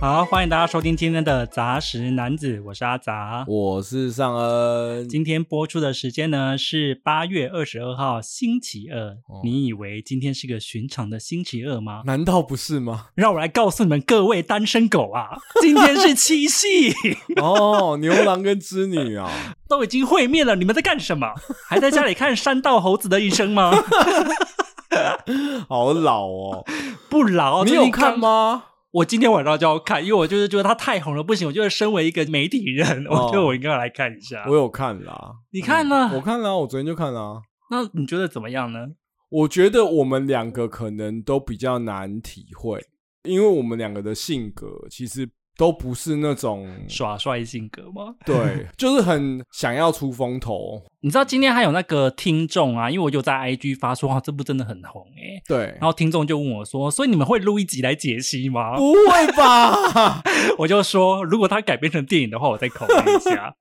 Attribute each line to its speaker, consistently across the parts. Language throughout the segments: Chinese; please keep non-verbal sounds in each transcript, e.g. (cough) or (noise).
Speaker 1: 好，欢迎大家收听今天的杂食男子，我是阿
Speaker 2: (laughs)
Speaker 1: 杂。
Speaker 2: 我是尚恩，
Speaker 1: 今天播出的时间呢是八月二十二号星期二。
Speaker 2: 哦
Speaker 1: 你以为今天是个寻常的星期二吗？
Speaker 2: 难道不是吗？
Speaker 1: 让我来告诉你们各位单身狗啊， (laughs) 今天是七夕， (laughs)
Speaker 2: 哦，牛郎跟织女啊，
Speaker 1: 都已经会面了，你们在干什么？还在家里看山道猴子的一生吗？ (laughs)
Speaker 2: 好老哦。
Speaker 1: 不老，啊
Speaker 2: 你
Speaker 1: 最
Speaker 2: 有
Speaker 1: 近
Speaker 2: 看
Speaker 1: 刚？
Speaker 2: 吗？
Speaker 1: 我今天晚上就要看，因为我就是觉得他太红了，不行。我觉得身为一个媒体人，
Speaker 2: 哦
Speaker 1: 我觉得我应该要来看一下
Speaker 2: 我。有看啦，
Speaker 1: 你看了
Speaker 2: 我看啦，我昨天就看啦。
Speaker 1: 那你觉得怎么样呢？
Speaker 2: 我觉得我们两个可能都比较难体会，因为我们两个的性格其实都不是那种
Speaker 1: 耍帅性格吗？
Speaker 2: 对，就是很想要出风头。
Speaker 1: 你知道今天还有那个听众啊，因为我就在 IG 发说，哇，这部真的很红诶、
Speaker 2: 对
Speaker 1: 然，后听众就问我说：“所以你们会录一集来解析吗
Speaker 2: 不会吧？？”
Speaker 1: (laughs)
Speaker 2: (laughs)
Speaker 1: 我就说：“如果它改编成电影的话，我再考虑一
Speaker 2: (laughs)
Speaker 1: 下。”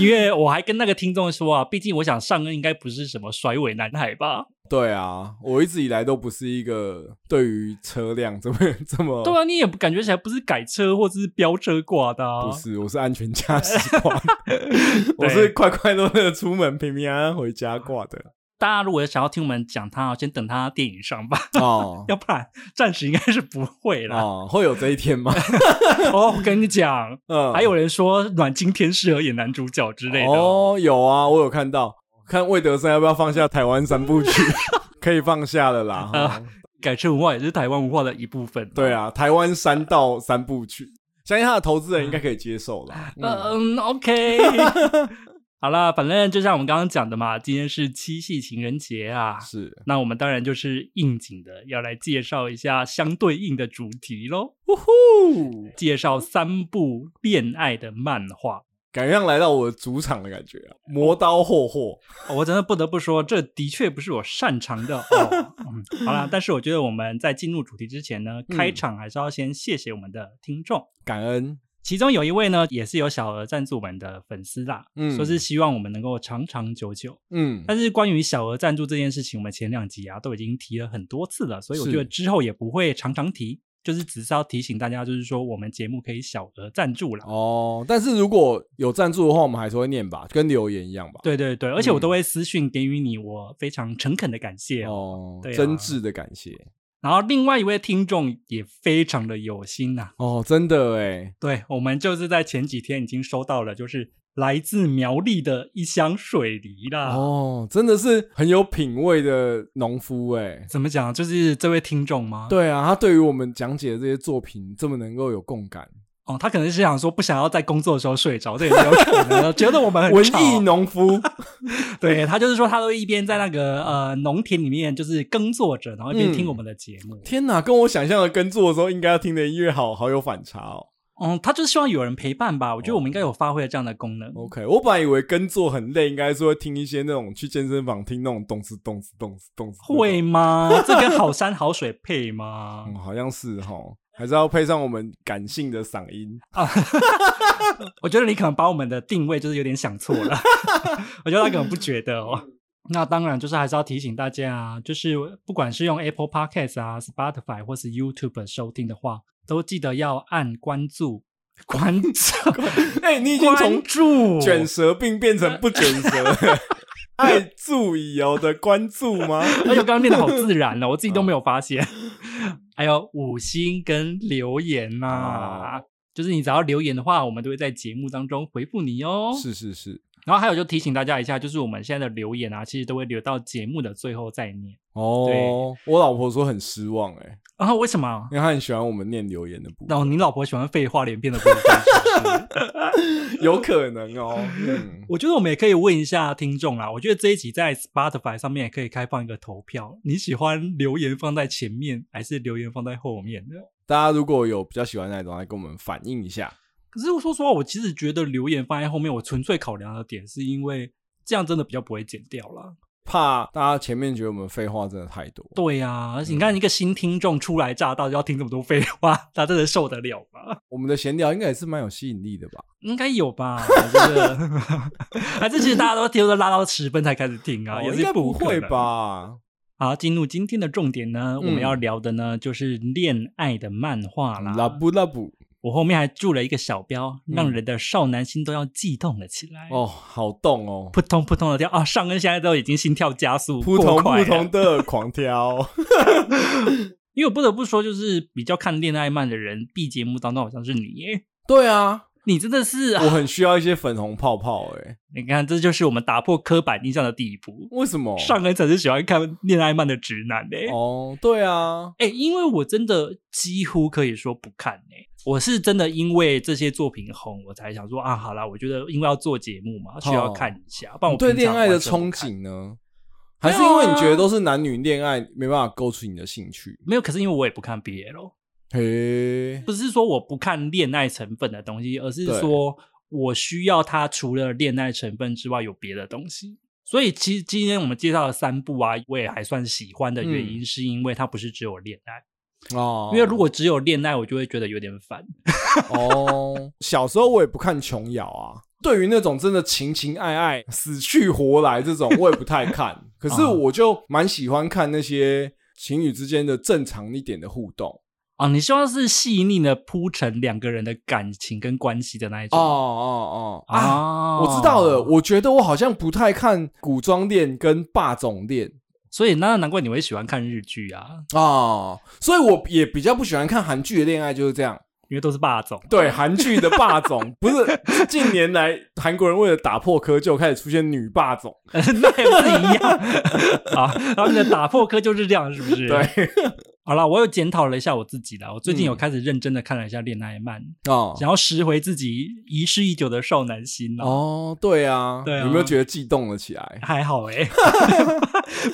Speaker 1: 因为我还跟那个听众说啊，毕竟我想上恩应该不是什么甩尾男孩吧？
Speaker 2: 对啊，我一直以来都不是一个对于车辆这么这么
Speaker 1: 对啊，你也不感觉起来不是改车或者是飙车挂的、啊，
Speaker 2: 不是，我是安全驾驶挂
Speaker 1: (laughs)
Speaker 2: 的，我是快快乐乐出门，平平安安回家挂
Speaker 1: (laughs)
Speaker 2: 的。
Speaker 1: 大家如果想要听我们讲他，先等他电影上吧， (laughs)
Speaker 2: 哦
Speaker 1: 要不然暂时应该是不会啦。
Speaker 2: 哦，会有这
Speaker 1: (laughs)
Speaker 2: 一天吗？
Speaker 1: 哦，我跟你讲，
Speaker 2: 嗯，
Speaker 1: 还有人说阮经天适合演男主角之类的。
Speaker 2: 哦，有啊，我有看到，看魏德森要不要放下台湾
Speaker 1: (laughs)
Speaker 2: 三部曲，可以放下了啦。哈
Speaker 1: 改车文化也是台湾文化的一部分。
Speaker 2: 对，啊，台湾三到三部曲，相信他的投资人应该可以接受啦。嗯
Speaker 1: 嗯，OK，好了，反正就像我们刚刚讲的嘛，今天是七夕情人节啊，
Speaker 2: 是，
Speaker 1: 那我们当然就是应景的，要来介绍一下相对应的主题喽，
Speaker 2: 呜呼，
Speaker 1: 介绍三部恋爱的漫画。
Speaker 2: 感觉像来到我的主场的感觉啊，磨刀霍霍。
Speaker 1: 哦我真的不得不说，这的确不是我擅长的
Speaker 2: (laughs)
Speaker 1: 哦。嗯、好啦，但是我觉得我们在进入主题之前呢，
Speaker 2: 嗯
Speaker 1: 开场还是要先谢谢我们的听众。
Speaker 2: 感恩，
Speaker 1: 其中有一位呢，也是有小额赞助我们的粉丝啦，
Speaker 2: 嗯
Speaker 1: 说是希望我们能够长长久久。
Speaker 2: 嗯，
Speaker 1: 但是关于小额赞助这件事情，我们前两集啊都已经提了很多次了，所以我
Speaker 2: 是
Speaker 1: 觉得之后也不会常常提，就是只是要提醒大家，就是说我们节目可以小额赞助啦。
Speaker 2: 哦，但是如果有赞助的话，我们还是会念吧，跟留言一样吧。
Speaker 1: 对对对，而且我
Speaker 2: 嗯
Speaker 1: 都会私讯给予你我非常诚恳的感谢哦。
Speaker 2: 哦，
Speaker 1: 对啊
Speaker 2: 真挚的感谢。
Speaker 1: 然后另外一位听众也非常的有心呐、
Speaker 2: 哦，真的哎，
Speaker 1: 对我们就是在前几天已经收到了，就是来自苗栗的一箱水梨啦。
Speaker 2: 哦，真的是很有品味的农夫哎。
Speaker 1: 怎么讲？就是这位听众吗？，
Speaker 2: 对啊，他对于我们讲解的这些作品这么能够有共感，
Speaker 1: 哦，他可能是想说不想要在工作的时候睡着，这也是有可能的。觉得我们很
Speaker 2: 文
Speaker 1: 吵啊
Speaker 2: 艺农夫
Speaker 1: 对他就是说，他都一边在那个呃农田里面就是耕作着，然后一边
Speaker 2: 嗯
Speaker 1: 听我们的节目。
Speaker 2: 天哪，跟我想象的耕作的时候应该要听的音乐好好有反差哦。
Speaker 1: 嗯他就是希望有人陪伴吧。我觉得我们应该有发挥了这样的功能。
Speaker 2: OK，我本来以为耕作很累，应该是会听一些那种去健身房听那种咚哧咚哧咚哧咚哧那种，
Speaker 1: 会吗？这跟好山好水配吗？
Speaker 2: 嗯，好像是哈，还是要配上我们感性的嗓音。
Speaker 1: 我觉得你可能把我们的定位就是有点想错了， (laughs) 我觉得他可能不觉得
Speaker 2: 嗯
Speaker 1: 哦。 (laughs) 那当然，就是还是要提醒大家啊，就是不管是用 Apple Podcast 啊、Spotify 或是 YouTube 收听的话，都记得要按关注、关注、
Speaker 2: (laughs) 哎、你已经
Speaker 1: 关
Speaker 2: 从
Speaker 1: 注、
Speaker 2: 卷舌病变成不卷
Speaker 1: (laughs)
Speaker 2: 舌了，爱注意哦的关注吗？
Speaker 1: 而且我刚刚念的好自然哦了，我自己都
Speaker 2: 嗯
Speaker 1: 没有发现。 (laughs) 还有五星跟留言呐、
Speaker 2: 哦
Speaker 1: 就是你只要留言的话，我们都会在节目当中回复你哦。
Speaker 2: 是是是，
Speaker 1: 然后还有就提醒大家一下，就是我们现在的留言啊，其实都会留到节目的最后再念。
Speaker 2: 哦，我老婆说很失望哎、
Speaker 1: 然、后为什么？
Speaker 2: 因为她很喜欢我们念留言的部
Speaker 1: 然后
Speaker 2: 分，
Speaker 1: 你老婆喜欢废话连篇的部分是不是
Speaker 2: 有可
Speaker 1: (laughs)
Speaker 2: 能哦。嗯，
Speaker 1: 我觉得我们也可以问一下听众啦。我觉得这一集在 Spotify 上面也可以开放一个投票，你喜欢留言放在前面还是留言放在后面的？
Speaker 2: 大家如果有比较喜欢哪一种，来跟我们反映一下。
Speaker 1: 可是我说实话，我其实觉得留言放在后面，我纯粹考量的点是因为这样真的比较不会剪掉啦。
Speaker 2: 怕大家前面觉得我们废话真的太多，
Speaker 1: 对呀、而且你看一个新听众初来乍到就要听这么多废话，他真的受得了吗？
Speaker 2: 我们的闲聊应该也是蛮有吸引力的吧？
Speaker 1: 应该有吧？我觉得， (laughs) 还是其实大家都听都拉到十分才开始听啊，
Speaker 2: 哦
Speaker 1: 也
Speaker 2: 应
Speaker 1: 是
Speaker 2: 该不
Speaker 1: 可
Speaker 2: 会
Speaker 1: 能？啊
Speaker 2: 吧？
Speaker 1: 好，进入今天的重点呢，我们
Speaker 2: 嗯
Speaker 1: 要聊的呢就是恋爱的漫画啦。
Speaker 2: 拉布拉布，
Speaker 1: 我后面还注了一个小标，
Speaker 2: 嗯
Speaker 1: 让人的少男心都要悸动了起来。
Speaker 2: 哦，好
Speaker 1: (laughs)
Speaker 2: 动哦，
Speaker 1: 扑通扑通的跳啊！上跟现在都已经心跳加
Speaker 2: (laughs)
Speaker 1: 速，
Speaker 2: 扑
Speaker 1: 过
Speaker 2: 通
Speaker 1: 快啊
Speaker 2: 扑
Speaker 1: 了
Speaker 2: 通的
Speaker 1: (laughs)
Speaker 2: 狂跳。
Speaker 1: 因为我不得不说，就是比较看恋爱漫的人，B 节目当中好像是你耶，
Speaker 2: 对啊，
Speaker 1: 你真的是， (laughs)
Speaker 2: 我很需要一些粉红泡泡哎、
Speaker 1: 你看这就是我们打破刻板印象的第一步。
Speaker 2: 为什么？
Speaker 1: 上恩才是喜欢看恋爱漫的直男嘞、
Speaker 2: 哦，对啊，
Speaker 1: 哎、因为我真的几乎可以说不看哎、我是真的因为这些作品红，我才想说啊，好啦，我觉得因为要做节目嘛，需要看一下，不然我
Speaker 2: 哦你对
Speaker 1: 平常
Speaker 2: 恋爱的
Speaker 1: 完全不
Speaker 2: 憧
Speaker 1: 看
Speaker 2: 憬呢？还是因为
Speaker 1: 没有
Speaker 2: 你
Speaker 1: 啊
Speaker 2: 觉得都是男女恋爱，没办法勾出你的兴趣？
Speaker 1: 没有，可是因为我也不看 BL，
Speaker 2: 嘿，
Speaker 1: 不是说我不看恋爱成分的东西，而是
Speaker 2: 对
Speaker 1: 说我需要它除了恋爱成分之外有别的东西。所以其实今天我们介绍的三部啊，我也还算喜欢的原
Speaker 2: 嗯
Speaker 1: 因，是因为它不是只有恋爱。
Speaker 2: 哦，
Speaker 1: 因为如果只有恋爱，我就会觉得有点烦。
Speaker 2: 哦，小时候我也不看琼瑶啊。对于那种真的情情爱爱、死去活来这种，我也不太
Speaker 1: (laughs)
Speaker 2: 看。可
Speaker 1: 啊
Speaker 2: 是我就蛮喜欢看那些情侣之间的正常一点的互动。
Speaker 1: 啊，你希望是细腻的铺陈两个人的感情跟关系的那一
Speaker 2: 哦
Speaker 1: 种
Speaker 2: 哦哦啊！
Speaker 1: 啊
Speaker 2: 我知道了，我觉得我好像不太看古装恋跟霸总恋
Speaker 1: 所以那难怪你会喜欢看日剧啊，
Speaker 2: 哦，所以我也比较不喜欢看韩剧的恋爱，就是这样。
Speaker 1: 因为都是霸总。 (laughs)
Speaker 2: 对，韩剧的霸总不是近年来韩国人为了打破窠臼，开始出现女霸总。
Speaker 1: 那也不是一样啊。然后你的打破科就是这样，是不是？
Speaker 2: (laughs) 对。
Speaker 1: 好啦，我又检讨了一下我自己啦。我最近有
Speaker 2: 嗯
Speaker 1: 开始认真的看了一下恋爱漫，
Speaker 2: 哦
Speaker 1: 想要拾回自己遗失已久的少男心啦。
Speaker 2: 哦，对啊，
Speaker 1: 对啊
Speaker 2: 有没有觉得悸动了起来？
Speaker 1: 还好哎、 (laughs)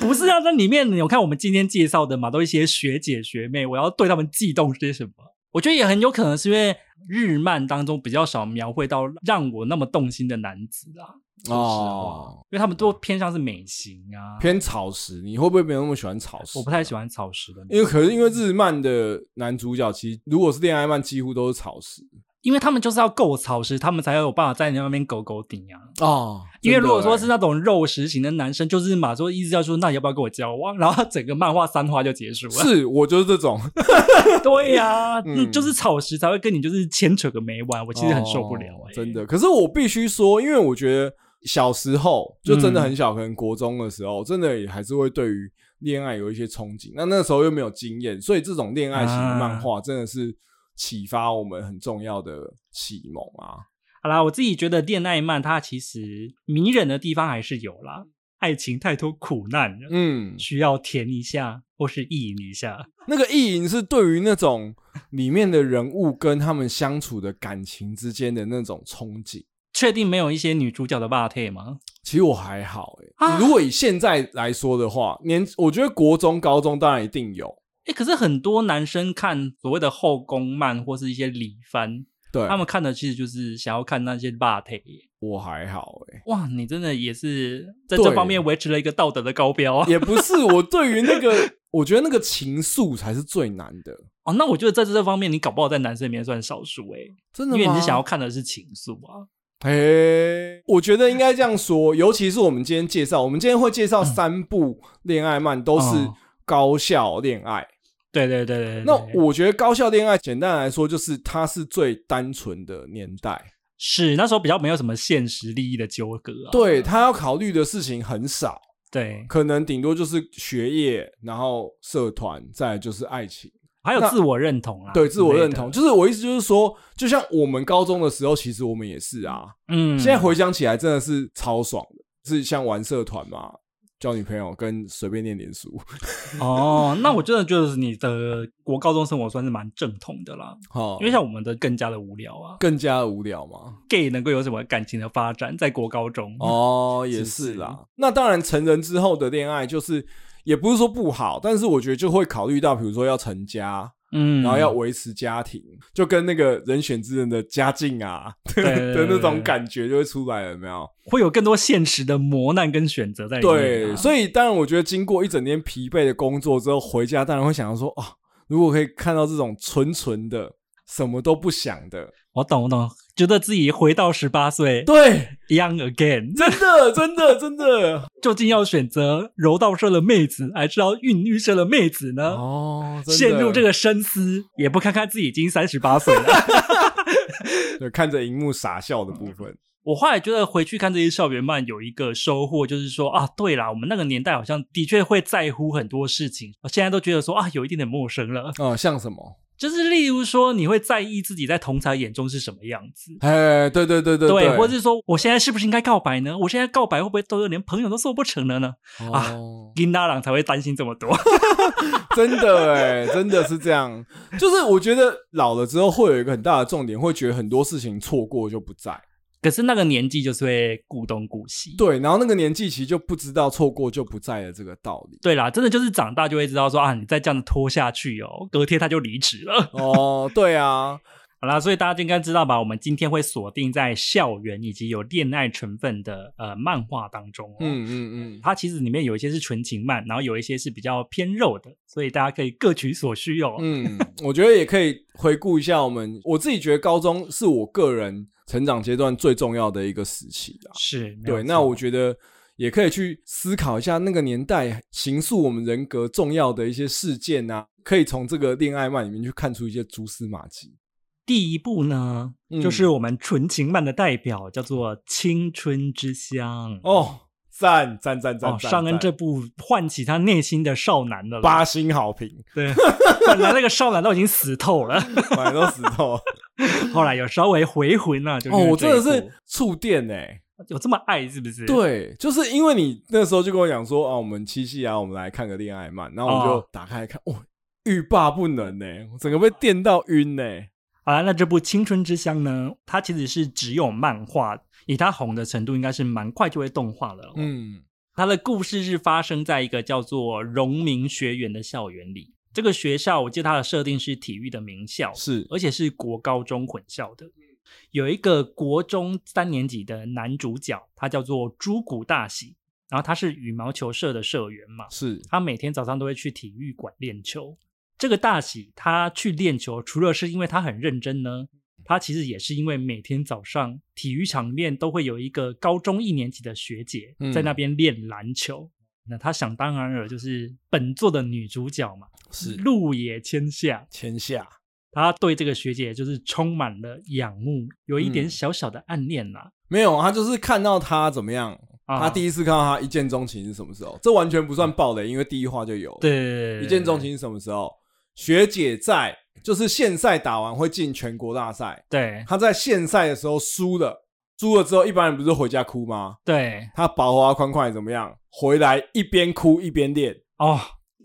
Speaker 1: 不是啊，那里面你有看我们今天介绍的嘛，都一些学姐学妹，我要对他们悸动些什么？我觉得也很有可能是因为日漫当中比较少描绘到让我那么动心的男子啊啦，说实话，
Speaker 2: 哦，
Speaker 1: 因为他们都偏向是美型啊，
Speaker 2: 偏草食，你会不会没有那么喜欢草食？
Speaker 1: 我不太喜欢草食的那种，
Speaker 2: 因为可是因为日漫的男主角，其实如果是恋爱漫，几乎都是草食
Speaker 1: 因为他们就是要够潮湿，他们才有办法在你那边狗狗顶啊。
Speaker 2: 哦。
Speaker 1: 因为如果说
Speaker 2: 真
Speaker 1: 是
Speaker 2: 的欸
Speaker 1: 那种肉食型的男生，就是马说一直要说，那你要不要跟我交往？然后整个漫画三话就结束了。
Speaker 2: 是我就是这种，
Speaker 1: (laughs) 对呀、
Speaker 2: 嗯
Speaker 1: 嗯，就是草食才会跟你就是牵扯个没完，我其实很受不了、
Speaker 2: 哦
Speaker 1: 欸
Speaker 2: 真的。可是我必须说，因为我觉得小时候就真的
Speaker 1: 嗯
Speaker 2: 很小，可能国中的时候，真的也还是会对于恋爱有一些憧憬。那那时候又没有经验，所以这种恋爱型的漫
Speaker 1: 啊
Speaker 2: 画真的是启发我们很重要的启蒙啊。
Speaker 1: 好啦，我自己觉得恋爱漫它其实迷人的地方还是有啦，爱情太多苦难了，
Speaker 2: 嗯，
Speaker 1: 需要甜一下或是意淫一下。
Speaker 2: 那个意淫是对于那种里面的人物跟他们相处的感情之间的那种憧憬。
Speaker 1: 确定没有一些女主角的霸体吗？
Speaker 2: 其实我还好诶、
Speaker 1: 啊
Speaker 2: 如果以现在来说的话，年我觉得国中、高中当然一定有，
Speaker 1: 哎，可是很多男生看所谓的后宫漫或是一些里番，
Speaker 2: 对，
Speaker 1: 他们看的其实就是想要看那些霸体。
Speaker 2: 我还好欸诶、
Speaker 1: 哇，你真的也是在
Speaker 2: 对
Speaker 1: 这方面维持了一个道德的高标啊！
Speaker 2: (laughs) 也不是我对于那个，我觉得那个情愫才是最难的，
Speaker 1: 哦，那我觉得在这方面，你搞不好在男生里面算少数诶、
Speaker 2: 真
Speaker 1: 因
Speaker 2: 的吗？
Speaker 1: 为你是想要看的是情愫啊。
Speaker 2: 嘿，我觉得应该这样说，尤其是我们今天介绍，我们今天会介
Speaker 1: 嗯
Speaker 2: 绍三部恋爱漫，都是
Speaker 1: 哦
Speaker 2: 高校恋爱。
Speaker 1: 对对对对对
Speaker 2: 那
Speaker 1: 对
Speaker 2: 我觉得高校恋爱，简单来说，就是它是最单纯的年代，
Speaker 1: 是那时候比较没有什么现实利益的纠葛啊。
Speaker 2: 对他要考虑的事情很少，
Speaker 1: 对，
Speaker 2: 可能顶多就是学业，然后社团，再来就是爱情。
Speaker 1: 还有
Speaker 2: 那
Speaker 1: 自我认同啊，
Speaker 2: 对，自我认同，
Speaker 1: 之
Speaker 2: 就是我意思就是说，就像我们高中的时候，其实我们也是啊。
Speaker 1: 类的嗯，
Speaker 2: 现在回想起来，真的是超爽的，是像玩社团嘛，交女朋友跟随便念点书。
Speaker 1: 哦，那我真的觉得你的国高中生活算是蛮正统的啦，
Speaker 2: 哈，
Speaker 1: 因为像我们的更加的无聊啊
Speaker 2: 更加无聊嘛。
Speaker 1: ，gay 能够有什么感情的发展，在国高中，
Speaker 2: 哦，也
Speaker 1: 嗯是
Speaker 2: 是
Speaker 1: 是
Speaker 2: 啦。那当然，成人之后的恋爱就是。也不是说不好，但是我觉得就会考虑到，比如说要成家，
Speaker 1: 嗯，
Speaker 2: 然后要维持家庭，就跟那个人选之人的家境啊
Speaker 1: 对对对
Speaker 2: (laughs) 的那
Speaker 1: 对
Speaker 2: 种感觉就会出来了，有没有？
Speaker 1: 会有更多现实的磨难跟选择在里面啊、
Speaker 2: 对，所以当然，我觉得经过一整天疲惫的工作之后，回哦家当然会想要说啊，如果可以看到这种纯纯的、什么都不想的，
Speaker 1: 我懂，我懂，觉得自己回到十八岁
Speaker 2: 对，
Speaker 1: ，young again。 (laughs)
Speaker 2: 真的，真的，真的。
Speaker 1: 究竟要选择柔道社的妹子，还是要韵律社的妹子呢？
Speaker 2: 哦，真的
Speaker 1: 陷入这个深思，也不看看自己已经三十八岁
Speaker 2: (laughs)
Speaker 1: 了。
Speaker 2: 对看着荧幕傻笑的部分。
Speaker 1: 我后来觉得回去看这些校园漫有一个收获，就是说啊，对啦，我们那个年代好像的确会在乎很多事情，现在都觉得说啊，有一点点陌生了。
Speaker 2: (laughs) 哦，像什么？
Speaker 1: 就是例如说，你会在意自己在同才眼中是什么样子。
Speaker 2: 哎，对对对对对，
Speaker 1: 或者是说，我现在是不是应该告白呢？我现在告白会不会都连朋友都做不成了呢？啊
Speaker 2: 哦，
Speaker 1: 金大郎才会担心这么多。
Speaker 2: 真的哎，真的是这样。就是我觉得老了之后会有一个很大的重点，会觉得很多事情错过就不在。
Speaker 1: 可是那个年纪就是会顾东顾西。
Speaker 2: 对，然后那个年纪其实就不知道错过就不在的这个道理。
Speaker 1: 对啦，真的就是长大就会知道说啊，你再这样子拖下去哦，隔天他就离职了。
Speaker 2: (laughs) 哦，对啊，
Speaker 1: 好啦，所以大家就应该知道吧，我们今天会锁定在校园以及有恋爱成分的呃漫画当中、哦。
Speaker 2: 嗯嗯嗯，
Speaker 1: 它其实里面有一些是纯情漫，然后有一些是比较偏肉的，所以大家可以各取所需哦。
Speaker 2: 嗯，我觉得也可以回顾一下我们，我自己觉得高中是我个人成长阶段最重要的一个时期啊。
Speaker 1: 是，没有
Speaker 2: 对，那我
Speaker 1: 错
Speaker 2: 觉得也可以去思考一下那个年代形塑我们人格重要的一些事件啊，可以从这个恋爱漫里面去看出一些蛛丝马迹。
Speaker 1: 第一部呢，
Speaker 2: 嗯
Speaker 1: 就是我们纯情漫的代表，叫做《青春之香》。
Speaker 2: 哦，赞赞赞赞
Speaker 1: 哦，
Speaker 2: 赞！
Speaker 1: 尚恩
Speaker 2: 赞
Speaker 1: 这部唤起他内心的少男的了啦。
Speaker 2: 八星好评，
Speaker 1: 对，本来那个少男都已经死透了，
Speaker 2: 买都死透
Speaker 1: 后来有稍微回魂了、啊。就是
Speaker 2: (laughs) 哦，我真 (laughs) 的
Speaker 1: 这一
Speaker 2: 是触电哎、
Speaker 1: 部有这么爱是不是？
Speaker 2: 对，就是因为你那时候就跟我讲说啊，我们七夕啊，我们来看个恋爱漫，然后我就
Speaker 1: 哦
Speaker 2: 打开来看，哇、欲罢不能呢、我整个被电到晕呢、
Speaker 1: 好啦，那这部《青春之香》呢，它其实是只有漫画，以它红的程度，应该是蛮快就会动画了、嗯，
Speaker 2: 嗯，
Speaker 1: 它的故事是发生在一个叫做荣民学园的校园里。这个学校，我记得它的设定是体育的名校，
Speaker 2: 是
Speaker 1: 而且是国高中混校
Speaker 2: 嗯
Speaker 1: 的。有一个国中三年级的男主角，他叫做朱古大喜，然后他是羽毛球社的社员嘛，
Speaker 2: 是，
Speaker 1: 他每天早上都会去体育馆练球。这个大喜他去练球，除了是因为他很认真呢，他其实也是因为每天早上体育场练都会有一个高中一年级的学姐
Speaker 2: 嗯
Speaker 1: 在那边练篮球。那他想当然尔就是本作的女主角嘛，
Speaker 2: 是
Speaker 1: 鹿野千夏。
Speaker 2: 天下，
Speaker 1: 他对这个学姐就是充满了仰慕，有一点
Speaker 2: 嗯
Speaker 1: 小小的暗恋啦、
Speaker 2: 没有，他就是看到他怎么样，
Speaker 1: 啊。
Speaker 2: 他第一次看到他一见钟情是什么时候？这完全不算暴雷，因为第一话就有。，
Speaker 1: 对
Speaker 2: 一见钟，情是什么时候？学姐在就是县赛打完会进全国大赛，
Speaker 1: 对
Speaker 2: 他在县赛的时候输了，输了之后一般人不是回家哭吗？
Speaker 1: 对
Speaker 2: 他保华宽宽怎么样？回来一边哭一边练，
Speaker 1: 哦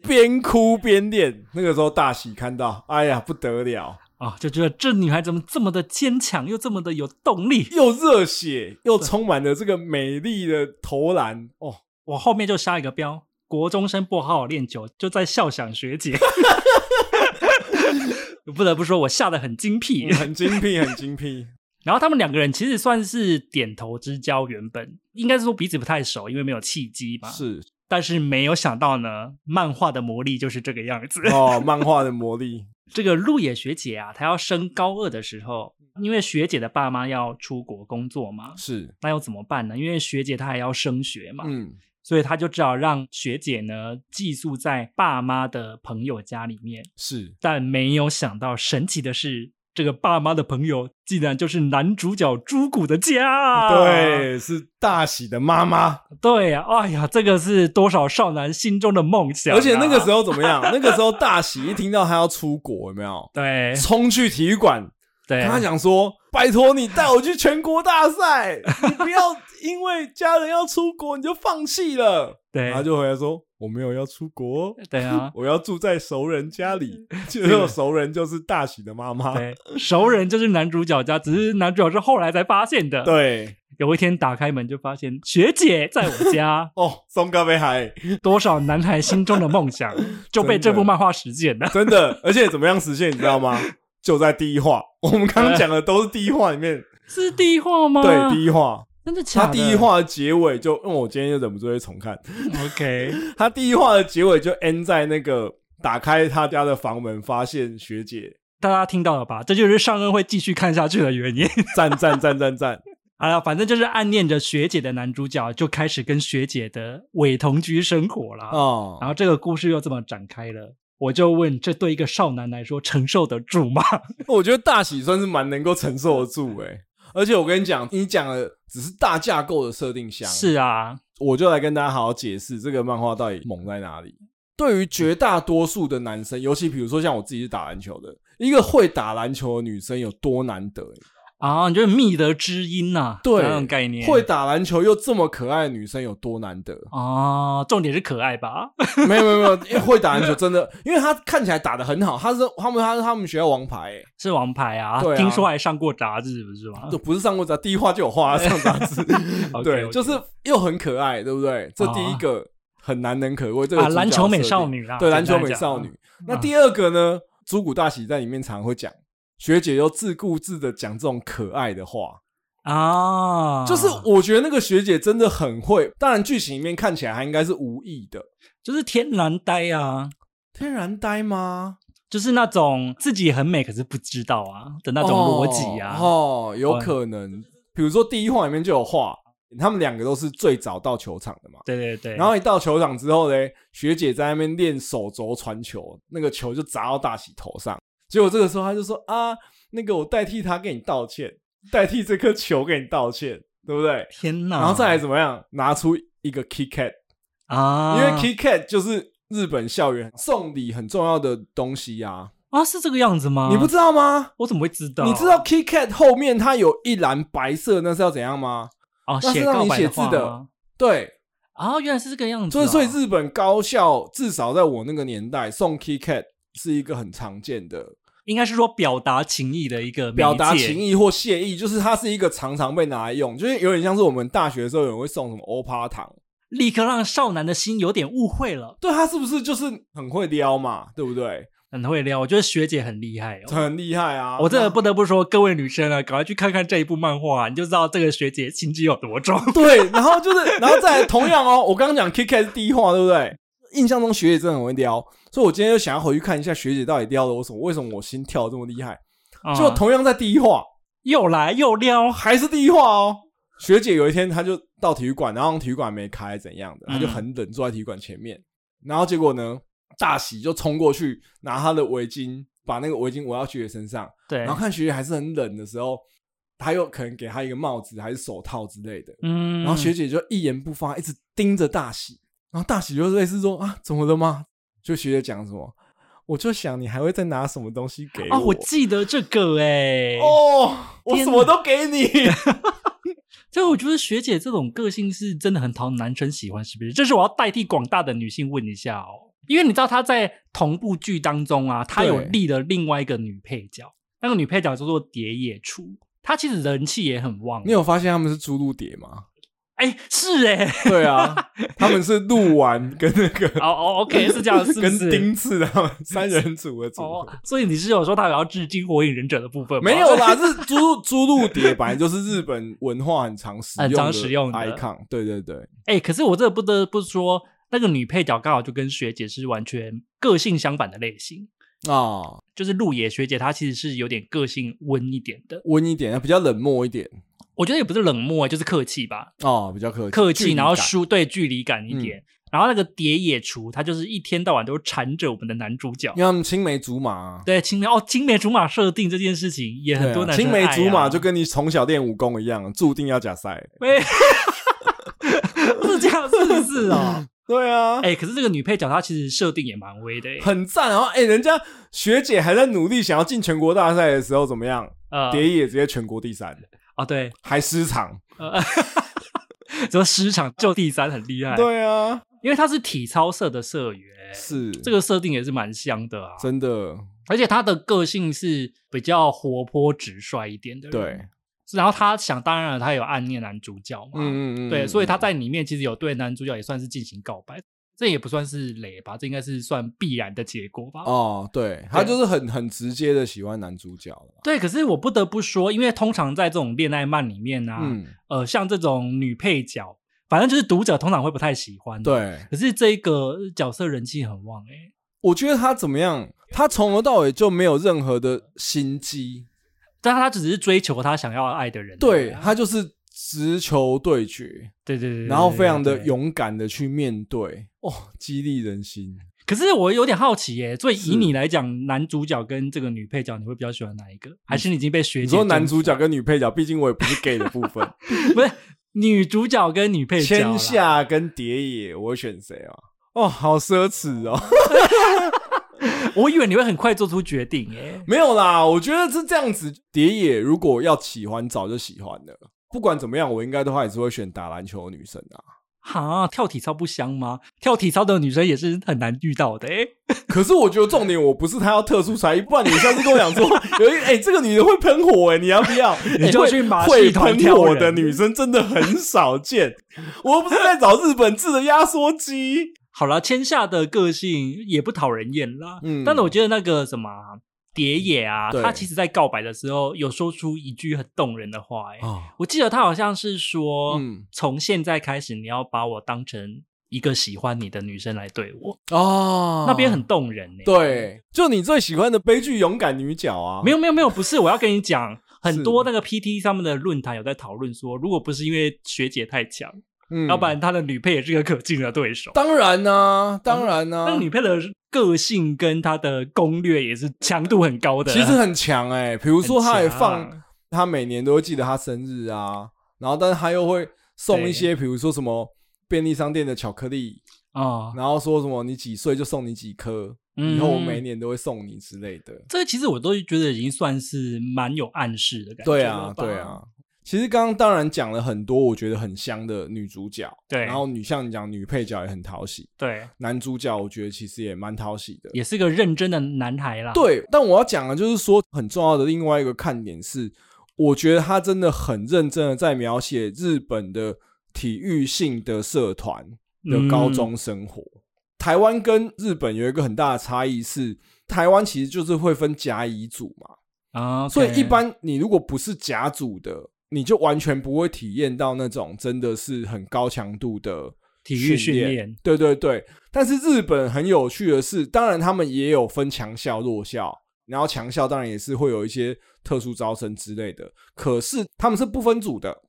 Speaker 2: 边哭边练。那个时候大喜看到，哎呀不得了，
Speaker 1: 哦，就觉得这女孩怎么这么的坚强，又这么的有动力。
Speaker 2: 又热血又充满了这个美丽的投篮哦。
Speaker 1: 我后面就下一个标，国中生不好好练球，就在笑想学姐。 (laughs) 不得不说，我下的很精辟。
Speaker 2: 很精辟，很精辟。
Speaker 1: 然后他们两个人其实算是点头之交，原本应该是说彼此不太熟，因为没有契机嘛。，
Speaker 2: 是
Speaker 1: 但是没有想到呢，漫画的魔力就是这个样子。
Speaker 2: 哦，漫画的魔力。
Speaker 1: 这个鹿野学姐啊，她要升高二的时候，
Speaker 2: 嗯
Speaker 1: 因为学姐的爸妈要出国工作嘛，
Speaker 2: 是，
Speaker 1: 那又怎么办呢？因为学姐她还要升学嘛，
Speaker 2: 嗯，
Speaker 1: 所以她就只好让学姐呢寄宿在爸妈的朋友家里面。
Speaker 2: 是
Speaker 1: 但没有想到，神奇的是，这个爸妈的朋友竟然就是男主角朱古的家。
Speaker 2: 对，是大喜的妈妈。
Speaker 1: 对呀、哎呀，这个是多少少男心中的梦想、啊
Speaker 2: 而且那个时
Speaker 1: 候，
Speaker 2: 候怎么样？那个时候大喜一听到他要出国，有没有？
Speaker 1: 对
Speaker 2: 冲去体育馆，
Speaker 1: 对，
Speaker 2: 跟他讲说：“拜托你带我去全国
Speaker 1: (laughs)
Speaker 2: 大赛，你不要因为家人要出国你就放弃了。”
Speaker 1: 对，
Speaker 2: 他啊就回来说：“我没有要出国哦，
Speaker 1: 对啊，
Speaker 2: 我要住在熟人家
Speaker 1: (laughs)
Speaker 2: 里。”结果熟人就是大喜的妈妈。
Speaker 1: 对，熟人就是男主角家，只是男主角是后来才发现的。，
Speaker 2: 对，，
Speaker 1: 有一天打开门就发现学姐在我家
Speaker 2: (laughs) 哦，松咖啡海。
Speaker 1: 多少男孩心中的梦
Speaker 2: (laughs)
Speaker 1: 想就被这部漫画实现了。
Speaker 2: 真的，而且怎么样实现，你知
Speaker 1: (laughs)
Speaker 2: 道吗？就在第一话，我们刚刚讲的都是第一话里面，
Speaker 1: 是第一话吗？ (laughs)
Speaker 2: 对第
Speaker 1: 一，
Speaker 2: 一话，
Speaker 1: 真的假
Speaker 2: 他
Speaker 1: 的？
Speaker 2: 第一话的结尾就，因为我今天就忍不住会重看，
Speaker 1: ，OK，
Speaker 2: 他第一话的结尾就 end 在那个打开他家的房门，发现学姐
Speaker 1: 大家听到了吧？这就是上恩会继续看下去的原因。 (laughs)
Speaker 2: 赞赞赞赞赞！
Speaker 1: 好了，反正就是暗恋着学姐的男主角就开始跟学姐的伪同居生活了。
Speaker 2: 哦，
Speaker 1: 然后这个故事又这么展开了，我就问，这对一个少男来说承受得住吗？
Speaker 2: 我觉得大喜算是蛮能够承受得住诶、而且我跟你讲，你讲的只是大架构的设定下，
Speaker 1: 是啊，
Speaker 2: 我就来跟大家好好解释这个漫画到底猛在哪里。对于绝大多数的男生，尤其比如说像我自己是打篮球的，一个会打篮球的女生有多难得、欸
Speaker 1: 啊，你就是觅得知音呐、
Speaker 2: 对
Speaker 1: 那种概念。
Speaker 2: 会打篮球又这么可爱的女生有多难得？
Speaker 1: 哦，重点是可爱吧？ (laughs)
Speaker 2: (laughs) 没有没有没有，因为会打篮球真的，因为她看起来打的很好，她是他们她是他们学校王牌、欸，
Speaker 1: 是王牌啊，
Speaker 2: 对啊
Speaker 1: 听说还上过杂志，不是吗
Speaker 2: 就？不是上过杂，第一话就有画上杂 (laughs) 志，
Speaker 1: (laughs) OK，
Speaker 2: 对，
Speaker 1: OK
Speaker 2: 就是又很可爱，对不对？这第一个很难能可贵，这个
Speaker 1: 啊，
Speaker 2: 主角
Speaker 1: 篮球美
Speaker 2: 设定
Speaker 1: 少，女啊，
Speaker 2: 对，篮
Speaker 1: 简
Speaker 2: 球
Speaker 1: 单
Speaker 2: 美
Speaker 1: 讲
Speaker 2: 少女。。那
Speaker 1: 啊
Speaker 2: 第二个呢？朱古大喜在里面常会讲，学姐又自顾自的讲这种可爱的话，
Speaker 1: 啊，
Speaker 2: 就是我觉得那个学姐真的很会。当然，剧情里面看起来还应该是无意的，
Speaker 1: 就是天然呆啊，
Speaker 2: 天然呆吗？
Speaker 1: 就是那种自己很美可是不知道啊的那种逻辑啊。
Speaker 2: 哦，哦有可能。比如说第一话里面就有画，他们两个都是最早到球场的嘛。
Speaker 1: 对对对，
Speaker 2: 然后一到球场之后嘞，学姐在那边练手肘传球，那个球就砸到大喜头上。结果这个时候他就说啊，那个我代替他给你道歉，代替这颗球给你道歉，对不对？
Speaker 1: 天哪，
Speaker 2: 然后再来怎么样？拿出一个 Kit Kat，、
Speaker 1: 啊，
Speaker 2: 因为 Kit Kat 就是日本校园送礼很重要的东西呀、
Speaker 1: 啊是这个样子吗？
Speaker 2: 你不知道吗？
Speaker 1: 我怎么会知道？
Speaker 2: 你知道 Kit Kat 后面它有一栏白色，那是要怎样吗？
Speaker 1: 哦，
Speaker 2: 那是
Speaker 1: 写
Speaker 2: 让
Speaker 1: 告
Speaker 2: 你
Speaker 1: 白
Speaker 2: 写字
Speaker 1: 话
Speaker 2: 的
Speaker 1: 吗
Speaker 2: 对，
Speaker 1: 啊，原来是这个样子
Speaker 2: 所
Speaker 1: 啊。
Speaker 2: 以，所以日本高校至少在我那个年代送 Kit Kat 是一个很常见的
Speaker 1: 应该是说表达情意的一个
Speaker 2: 表达
Speaker 1: 媒介
Speaker 2: 情意或谢意，就是它是一个常常被拿来用，就是有点像是我们大学的时候有人会送什么欧趴糖，
Speaker 1: 立刻让少男的心有点误会了。
Speaker 2: 对他是不是就是很会撩嘛，对不对？
Speaker 1: 很会撩，我觉得学姐很厉害哦。
Speaker 2: 很厉害啊！
Speaker 1: 我真的不得不说，各位女生啊，赶快去看看这一部漫画、啊你就知道这个学姐心机有多
Speaker 2: (laughs)
Speaker 1: 重。
Speaker 2: 对，然后就是，然后再来同样哦，我刚刚讲 Kit Kat 是第一话，对不对？印象中学姐真的很会撩，所以我今天就想要回去看一下学姐到底撩了我什么，为什么我心跳得这么厉害？就
Speaker 1: 嗯
Speaker 2: 同样在第一话，
Speaker 1: 又来又撩，
Speaker 2: 还是第一话哦。学姐有一天，她就到体育馆，然后体育馆没开怎样的，
Speaker 1: 嗯
Speaker 2: 她就很冷坐在体育馆前面。然后结果呢，大喜就冲过去拿她的围巾，把那个围巾围到学姐身上。
Speaker 1: 对
Speaker 2: 然，后看学姐还是很冷的时候，她又可能给她一个帽子还是手套之类的。
Speaker 1: 嗯，
Speaker 2: 然后学姐就一言不发，一直盯着大喜。然后大喜就类似说啊，怎么了吗？就学姐讲什么，我就想你还会再拿什么东西给我。
Speaker 1: 啊，我记得这个哎、
Speaker 2: 哦，我
Speaker 1: 天
Speaker 2: 什么
Speaker 1: 哪
Speaker 2: 都给你。 (laughs)
Speaker 1: 就我觉得学姐这种个性是真的很讨男生喜欢，是不是？这是我要代替广大的女性问一下哦，因为你知道她在同部剧当中啊，她有
Speaker 2: 对
Speaker 1: 立了另外一个女配角，那个女配角叫做蝶野初，她其实人气也很旺。啊
Speaker 2: 你有发现他们是猪鹿蝶吗？
Speaker 1: 哎、是哎、
Speaker 2: 对啊，他们是鹿丸跟那个
Speaker 1: 哦哦，OK，是这样，是不
Speaker 2: 跟
Speaker 1: 是？
Speaker 2: 丁次他们三人组的组合。
Speaker 1: 哦，所以你是有说他有要致敬《火影忍者》的部分吗？
Speaker 2: 没有啦，是猪猪鹿蝶，本来就是日本文化很常使用
Speaker 1: 很
Speaker 2: 的
Speaker 1: 常使用的
Speaker 2: icon。对对对，
Speaker 1: 哎、可是我这不得不说，那个女配角刚好就跟学姐是完全个性相反的类型。
Speaker 2: 啊，
Speaker 1: 就是鹿野学姐，她其实是有点个性温一点的，
Speaker 2: 温一点，比较冷漠一点
Speaker 1: 我觉得也不是冷漠，欸就是客气吧，
Speaker 2: 哦，比较客气
Speaker 1: 客
Speaker 2: 距
Speaker 1: 气，
Speaker 2: 离
Speaker 1: 然后
Speaker 2: 感嗯
Speaker 1: 疏对距离感一点。然后那个蝶野厨，他就是一天到晚都缠着我们的男主角
Speaker 2: 因，为他们青梅竹马啊。
Speaker 1: 对青梅哦，青梅竹马设定这件事情也很多
Speaker 2: 对啊
Speaker 1: 男生
Speaker 2: 青梅
Speaker 1: 爱啊
Speaker 2: 竹马就跟你从小练武功一样，注定要假赛。
Speaker 1: 没是这样，是不是
Speaker 2: (laughs)
Speaker 1: 哦？
Speaker 2: 对啊，
Speaker 1: 哎、可是这个女配角她其实设定也蛮微的、欸，
Speaker 2: 很赞。然后哎，人家学姐还在努力想要进全国大赛的时候，怎么样？
Speaker 1: 呃，
Speaker 2: 蝶也直接全国第三，
Speaker 1: 啊对，
Speaker 2: 还失常。
Speaker 1: 呃， (laughs) 怎么十场就第三很厉害？，
Speaker 2: 对啊，
Speaker 1: 因为她是体操社的社员，
Speaker 2: 是
Speaker 1: 哎这个设定也是蛮像的啊。
Speaker 2: 真的，
Speaker 1: 而且她的个性是比较活泼直率一点的，
Speaker 2: 对。，
Speaker 1: 然后她想当然了，她有暗恋男主角嘛，
Speaker 2: 嗯嗯嗯，
Speaker 1: 对，所以她
Speaker 2: 他
Speaker 1: 在里面其实有对男主角也算是进行告白，这也不算是雷吧，这应该是算必然的结果吧。
Speaker 2: 哦，对他就是很很直接的喜欢男主角了，
Speaker 1: 对，可是我不得不说，因为通常在这种恋爱漫里面呢、啊，
Speaker 2: 嗯，
Speaker 1: 呃，像这种女配角，反正就是读者通常会不太喜欢。，
Speaker 2: 对，
Speaker 1: 可是这个角色人气很旺诶、欸
Speaker 2: 我觉得他怎么样？他从头到尾就没有任何的心机，
Speaker 1: 但他只是追求他想要爱的人。啊
Speaker 2: 对他就是直球对决，
Speaker 1: 对对对对，
Speaker 2: 然后非常的
Speaker 1: 对。
Speaker 2: 勇敢的去面对，哦，激励人心。
Speaker 1: 可是我有点好奇耶，所以
Speaker 2: 是
Speaker 1: 以你来讲，男主角跟这个女配角，你会比较喜欢哪一个？还是你已经被学
Speaker 2: 嗯你
Speaker 1: 姐征
Speaker 2: 说
Speaker 1: 服？
Speaker 2: 男主角跟女配角，毕竟我也不是 gay 的部
Speaker 1: (laughs)
Speaker 2: 分，
Speaker 1: 不是女主角跟女配角啦？
Speaker 2: 千夏跟蝶野，我选谁啊？哦，好奢侈哦！ (laughs)
Speaker 1: 我以为你会很快做出决定欸
Speaker 2: (laughs)
Speaker 1: 耶。
Speaker 2: 没有啦，我觉得是这样子。蝶野如果要喜欢，早就喜欢了。不管怎么样，我应该的话也是会选打篮球的女生啊。
Speaker 1: 哈，跳体操不香吗？跳体操的女生也是很难遇到的诶。
Speaker 2: (laughs) 可是我觉得重点我不是她要特殊才艺，不然你下次跟我讲说， (laughs) 有一哎、这个女人会喷火哎、你要不要？
Speaker 1: (laughs) 你就
Speaker 2: 哎会
Speaker 1: 去马戏
Speaker 2: 会
Speaker 1: 团
Speaker 2: 喷
Speaker 1: 挑
Speaker 2: 火
Speaker 1: 人
Speaker 2: 的女生真的很少见。我又不是在找日本制的压
Speaker 1: (laughs)
Speaker 2: 缩机，
Speaker 1: 好了，千夏的个性也不讨人厌啦。
Speaker 2: 嗯
Speaker 1: 但是我觉得那个什么啊蝶野啊，
Speaker 2: 对
Speaker 1: 他其实在告白的时候有说出一句很动人的话、欸，
Speaker 2: 啊
Speaker 1: 我记得他好像是说，
Speaker 2: 嗯
Speaker 1: 从现在开始你要把我当成一个喜欢你的女生来对我，
Speaker 2: 哦
Speaker 1: 那边很动人、欸。，
Speaker 2: 对，就你最喜欢的悲剧勇敢女角啊，
Speaker 1: 没
Speaker 2: 有
Speaker 1: 有没有没有，不是，我要跟你讲，很
Speaker 2: 是
Speaker 1: 多那个 PT 上面的论坛有在讨论说，如果不是因为学姐太强，要不然他的女配也是个可敬的对手。
Speaker 2: 嗯当然呢、当然啊呢、
Speaker 1: 哦那女配的个性跟她的攻略也是强度很高的啊，
Speaker 2: 其实很强哎、比如
Speaker 1: 很
Speaker 2: 说她还
Speaker 1: 强啊
Speaker 2: 放他每年都会记得他生日啊，然后但是他又会送一些，比如说什么便利商店的巧克力，
Speaker 1: 啊，
Speaker 2: 然后说什么你几岁就送你几颗，
Speaker 1: 嗯
Speaker 2: 以后我每年都会送你之类的。
Speaker 1: 这个其实我都觉得已经算是蛮有暗示的感觉。
Speaker 2: 对啊，对，啊。其实刚刚当然讲了很多我觉得很香的女主角，
Speaker 1: 对
Speaker 2: 然后女像你讲女配角也很讨喜，
Speaker 1: 对，
Speaker 2: 男主角我觉得其实也蛮讨喜的。
Speaker 1: 也是个认真的男孩啦。，
Speaker 2: 对，但我要讲的就是说，很重要的另外一个看点是，我觉得他真的很认真的在描写日本的体育性的社团
Speaker 1: 嗯
Speaker 2: 的高中生活。台湾跟日本有一个很大的差异是，台湾其实就是会分甲乙组嘛，
Speaker 1: 啊，OK，
Speaker 2: 所以一般你如果不是甲组的，你就完全不会体验到那种真的是很高强度的
Speaker 1: 体育训
Speaker 2: 训
Speaker 1: 练。
Speaker 2: 对对对，但是日本很有趣的是，当然他们也有分强校、弱校，然后强校当然也是会有一些特殊招生之类的，可是他们是不分组的，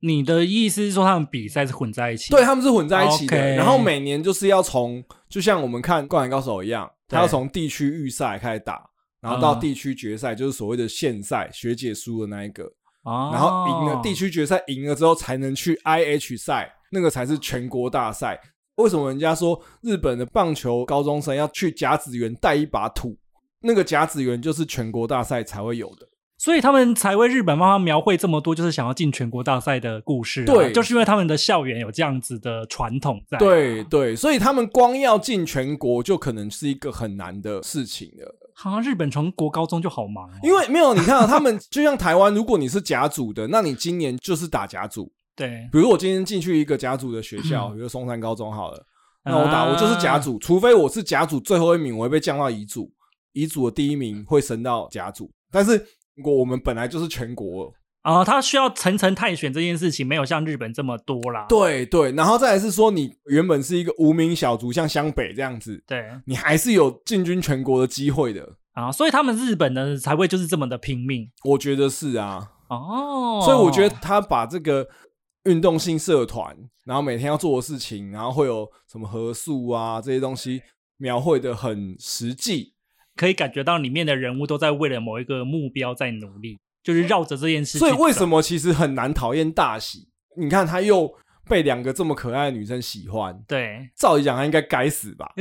Speaker 1: 你的意思是说他们比赛是混在一起？
Speaker 2: 对，他啊们是混在一起的。
Speaker 1: OK
Speaker 2: 然后每年就是要从，就像我们看《灌篮高手》一样，他
Speaker 1: 对
Speaker 2: 要从地区预赛开始打，然后到
Speaker 1: 嗯
Speaker 2: 地区决赛，就是所谓的县赛，学姐输的那一个，
Speaker 1: 哦，
Speaker 2: 然后赢了地区决赛，赢了之后才能去 IH 赛，那个才是全国大赛。为什么人家说日本的棒球高中生要去甲子园带一把土？那个甲子园就是全国大赛才会有的。
Speaker 1: 所以他们才会日本妈妈描绘这么多，就是想要进全国大赛的故事、啊。
Speaker 2: 对
Speaker 1: 就是因为他们的校园有这样子的传统在、
Speaker 2: 对，对，所以他们光要进全国就可能是一个很难的事情了。
Speaker 1: 好像日本从国高中就好忙、哦，
Speaker 2: 因为没有你看、啊，他们就像台湾，如果你是甲组的，那你今年就是打甲组。
Speaker 1: 对，
Speaker 2: 比如我今天进去一个甲组的学校，比如松山高中好了，哦那我打
Speaker 1: 啊
Speaker 2: 我就是甲组，除非我是甲组最后一名，我会被降到乙组，乙组的第一名会升到甲组。但是如果我们本来就是全国，
Speaker 1: 啊、他需要层层探选这件事情，没有像日本这么多啦。
Speaker 2: 对对，然后再来是说你原本是一个无名小卒，像湘北这样子，
Speaker 1: 对
Speaker 2: 你还是有进军全国的机会的。
Speaker 1: 啊，所以他们日本呢才会就是这么的拼命
Speaker 2: 我觉得是啊，
Speaker 1: 哦。
Speaker 2: 所以我觉得他把这个运动性社团，然后每天要做的事情，然后会有什么合宿啊这些东西，描绘的很实际。
Speaker 1: 可以感觉到里面的人物都在为了某一个目标在努力，就是绕着这件事情
Speaker 2: 所
Speaker 1: 走。
Speaker 2: 以为什么其实很难讨厌大喜？你看他又被两个这么可爱的女生喜欢，
Speaker 1: 对，
Speaker 2: 照理讲他应该该
Speaker 1: (laughs)
Speaker 2: 死吧？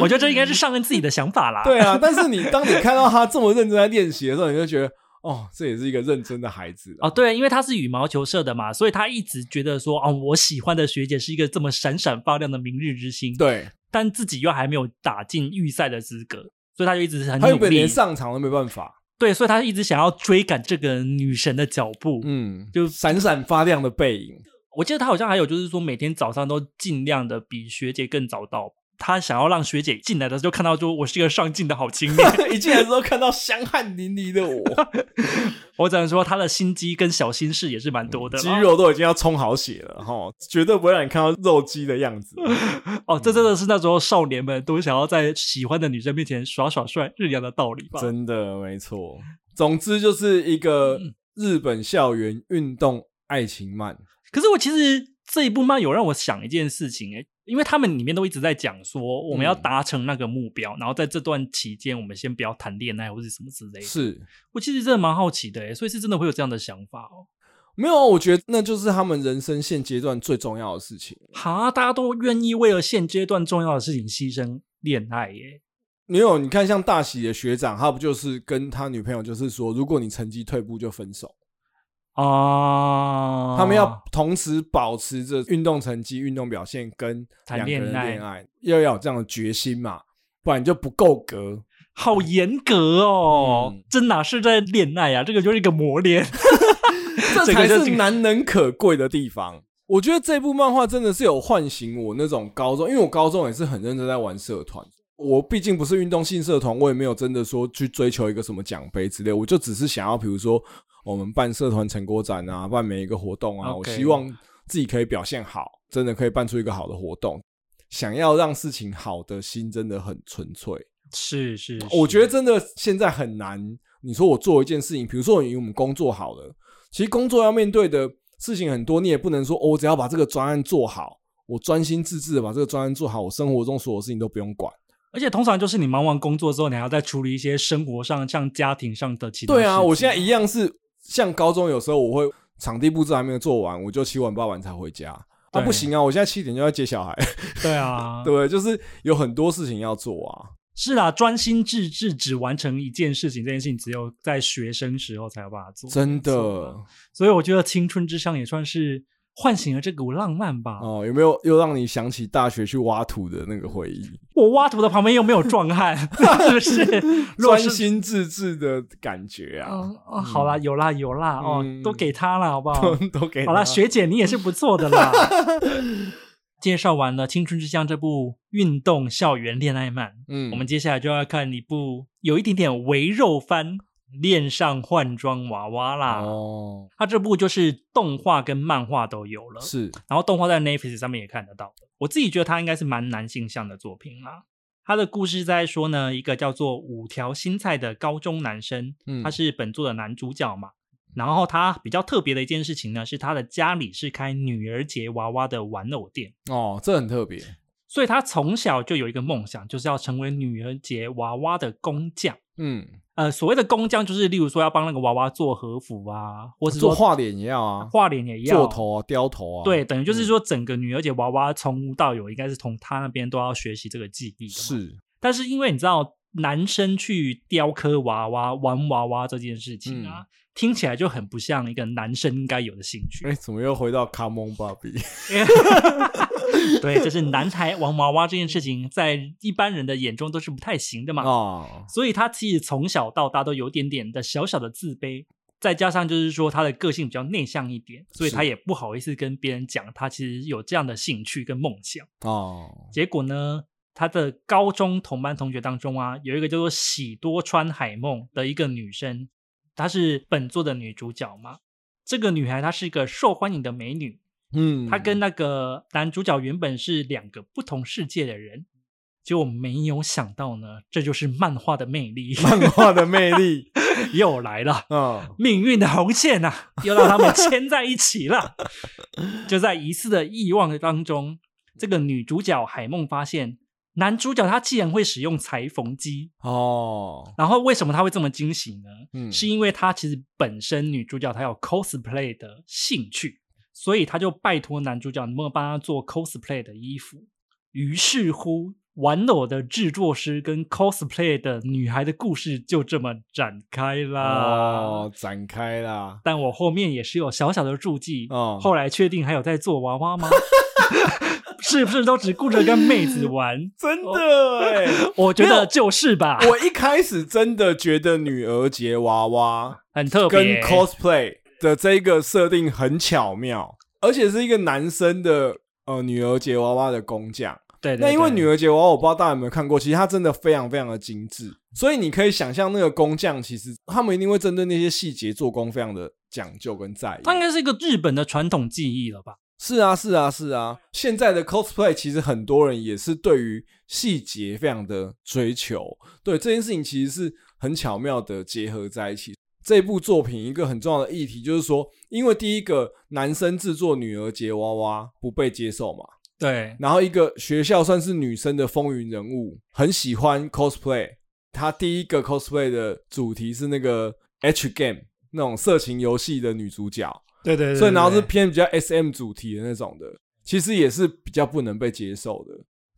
Speaker 1: 我觉得这应该是上恩自己的想法啦。
Speaker 2: (laughs) 对啊，但是你当你看到他这么认真在练习的时候，你就觉得哦，这也是一个认真的孩子啊
Speaker 1: 哦，对，因为他是羽毛球社的嘛，所以他一直觉得说，哦，我喜欢的学姐是一个这么闪闪发亮的明日之星，
Speaker 2: 对，
Speaker 1: 但自己又还没有打进预赛的资格，所以他就一直很
Speaker 2: 他原
Speaker 1: 努
Speaker 2: 本
Speaker 1: 力
Speaker 2: 连，上场都没办法，
Speaker 1: 对，所以他一直想要追赶这个女神的脚步。
Speaker 2: 嗯，
Speaker 1: 就
Speaker 2: 闪闪发
Speaker 1: (laughs)
Speaker 2: 亮的背影，
Speaker 1: 我记得他好像还有就是说，每天早上都尽量的比学姐更早到，他想要让学姐进来的时候就看到，说我是一个上进的好青年。 (laughs)
Speaker 2: 一进来之后看到香汗淋漓的我，
Speaker 1: 我只能说他的心机跟小心事也是蛮多的啦。哦
Speaker 2: 肌肉都已经要充好血了哈，绝对不会让你看到肉鸡的样子。
Speaker 1: 哦，这真
Speaker 2: 嗯
Speaker 1: 的是那时候少年们都想要在喜欢的女生面前耍耍帅、日阳的道理吧？
Speaker 2: 真的没错。总之就是一个
Speaker 1: 嗯
Speaker 2: 日本校园运动爱情漫，
Speaker 1: 可是我其实这一部漫有让我想一件事情、欸，因为他们里面都一直在讲说我
Speaker 2: 嗯
Speaker 1: 们要达成那个目标，然后在这段期间我们先不要谈恋爱或是什么之类的。
Speaker 2: 是
Speaker 1: 我其实真的蛮好奇的、欸，所以是真的会有这样的想法哦、
Speaker 2: 没有啊？我觉得那就是他们人生现阶段最重要的事情。
Speaker 1: 哈，大家都愿意为了现阶段重要的事情牺牲恋爱欸耶、
Speaker 2: 没有，你看像大喜的学长，他不就是跟他女朋友就是说，如果你成绩退步就分手，
Speaker 1: 哦，
Speaker 2: 他们要同时保持着运动成绩、运动表现跟
Speaker 1: 谈
Speaker 2: 两个人
Speaker 1: 恋爱
Speaker 2: 恋爱，要要有这样的决心嘛，不然你就不够格。
Speaker 1: 好严格哦，
Speaker 2: 嗯
Speaker 1: 这哪是在恋爱啊？这个就是一个磨练。
Speaker 2: 这
Speaker 1: 这
Speaker 2: 才
Speaker 1: 个就是
Speaker 2: 难能可贵的地方。我觉得这部漫画真的是有唤醒我那种高中，因为我高中也是很认真在玩社团。我毕竟不是运动性社团，我也没有真的说去追求一个什么奖杯之类，我就只是想要，比如说我们办社团成果展啊，办每一个活动啊
Speaker 1: OK
Speaker 2: 我希望自己可以表现好，真的可以办出一个好的活动。想要让事情好的心真的很纯粹。
Speaker 1: 是是是
Speaker 2: 哦我觉得真的现在很难。你说我做一件事情，比如说以我们工作好了，其实工作要面对的事情很多，你也不能说、哦、我只要把这个专案做好，我专心致志的把这个专案做好，我生活中所有事情都不用管。
Speaker 1: 而且通常就是你忙完工作之后，你还要再处理一些生活上、像家庭上的其他。
Speaker 2: 对啊，我现在一。样是像高中，有时候我会场地布置还没有做完，我就七晚八晚才回家。啊，
Speaker 1: 对
Speaker 2: 不行啊！我现在七点就要接小孩，
Speaker 1: 对啊，
Speaker 2: (laughs) 对，就是有很多事情要做啊。
Speaker 1: 是啦，专心致志只完成一件事情，这件事情只有在学生时候才有办法做。
Speaker 2: 真的
Speaker 1: 做所以我觉得《青春之上》也算是唤醒了这股浪漫吧。
Speaker 2: 哦，有没有又让你想起大学去挖土的那个回忆？
Speaker 1: 我挖土的旁边又没有壮汉， (laughs) 是不
Speaker 2: (laughs)
Speaker 1: 是？如果
Speaker 2: 专
Speaker 1: 是
Speaker 2: 心致志的感觉啊。
Speaker 1: 哦哦，好啦，有啦有啦，
Speaker 2: 嗯
Speaker 1: 哦，都给他啦，好不好？
Speaker 2: (laughs) 都给
Speaker 1: 哦好
Speaker 2: 了，
Speaker 1: 啦，学姐你也是不错的啦。 (laughs) 介绍完了《青春之乡》这部运动校园恋爱漫，
Speaker 2: 嗯，
Speaker 1: 我们接下来就要看一部有一点点围肉番《恋上换装娃娃》啦。
Speaker 2: 哦，
Speaker 1: 它这部就是动画跟漫画都有了，
Speaker 2: 是
Speaker 1: 然后动画在 Netflix 上面也看得到的。我自己觉得它应该是蛮男性向的作品啦。它的故事在说呢，一个叫做五条新菜的高中男生，
Speaker 2: 嗯
Speaker 1: 他是本作的男主角嘛。然后他比较特别的一件事情呢，是他的家里是开女儿节娃娃的玩偶店，
Speaker 2: 哦，这很特别
Speaker 1: 所以他从小就有一个梦想，就是要成为女儿节娃娃的工匠。
Speaker 2: 嗯，
Speaker 1: 呃，所谓的工匠就是，例如说要帮那个娃娃做和服啊，或是
Speaker 2: 做
Speaker 1: 说
Speaker 2: 画脸也要啊，
Speaker 1: 画脸也要
Speaker 2: 做头啊，雕头啊，
Speaker 1: 对，，等于就是
Speaker 2: 嗯
Speaker 1: 说，整个女儿节娃娃从无到有，应该是从她那边都要学习这个技艺。，
Speaker 2: 是，
Speaker 1: 但是因为你知道，男生去雕刻娃娃、玩娃娃这件事情啊，听起来就很不像一个男生应该有的兴趣。
Speaker 2: 哎，怎么又回到 Come on
Speaker 1: (laughs)
Speaker 2: Bobby？
Speaker 1: 对，就是男孩玩娃娃这件事情，在一般人的眼中都是不太行的嘛。
Speaker 2: 啊，
Speaker 1: 所以他其实从小到大都有点点的小小的自卑，再加上就是说他的个性比较内向一点，所以
Speaker 2: 是
Speaker 1: 他也不好意思跟别人讲他其实有这样的兴趣跟梦想。
Speaker 2: 哦，
Speaker 1: 结果呢，他的高中同班同学当中啊，有一个叫做喜多川海梦的一个女生，她是本作的女主角嘛。这个女孩她是一个受欢迎的美女，
Speaker 2: 嗯，
Speaker 1: 她跟那个男主角原本是两个不同世界的人。结果没有想到呢，这就是漫画的魅力
Speaker 2: 漫画的魅力，
Speaker 1: (laughs) 又来了，
Speaker 2: 嗯，
Speaker 1: 命运的红线呐、
Speaker 2: (laughs)
Speaker 1: 啊，又让他们牵在一起了。 (laughs) 就在一次的意外当中，这个女主角海梦发现，男主角他既然会使用裁缝机，
Speaker 2: 哦，
Speaker 1: 然后为什么他会这么惊喜呢？
Speaker 2: 嗯，
Speaker 1: 是因为他其实本身女主角她有 cosplay 的兴趣，所以他就拜托男主角能不能帮他做 cosplay 的衣服。于是乎，玩偶的制作师跟 cosplay 的女孩的故事就这么展开啦。
Speaker 2: 哦，展开啦，
Speaker 1: 但我后面也是有小小的注记。
Speaker 2: 哦
Speaker 1: 后来确定还有在做娃娃吗？ (laughs) 是不是都只顾着跟妹子玩？
Speaker 2: 真
Speaker 1: 哦
Speaker 2: 的哎，
Speaker 1: 我觉
Speaker 2: 没有
Speaker 1: 得就是吧，
Speaker 2: (laughs) 我一开始真的觉得女儿节娃娃
Speaker 1: 很特
Speaker 2: 跟
Speaker 1: 别。
Speaker 2: cosplay 的这个设定很巧妙，而且是一个男生的呃女儿节娃娃的工匠，
Speaker 1: 对对
Speaker 2: 那因为女
Speaker 1: 儿
Speaker 2: 儿节娃娃，我不知道大家有没有看过，其实它真的非常非常的精致，所以你可以想象那个工匠，其实他们一定会针对那些细节做工非常的讲究跟在意。
Speaker 1: 它应该是一个日本的传统技艺了吧？
Speaker 2: 是啊，是啊，是啊。现在的 cosplay 其实很多人也是对于细节非常的追求，对这件事情其实是很巧妙的结合在一起。这部作品一个很重要的议题就是说，因为第一个男生制作女儿节娃娃不被接受嘛，
Speaker 1: 对，
Speaker 2: 然后一个学校算是女生的风云人物，很喜欢 cosplay。她第一个 cosplay 的主题是那个 H game 那种色情游戏的女主角，
Speaker 1: 对对对
Speaker 2: 所以然后是
Speaker 1: 对
Speaker 2: 偏比较 SM 主题的那种的，其实也是比较不能被接受的。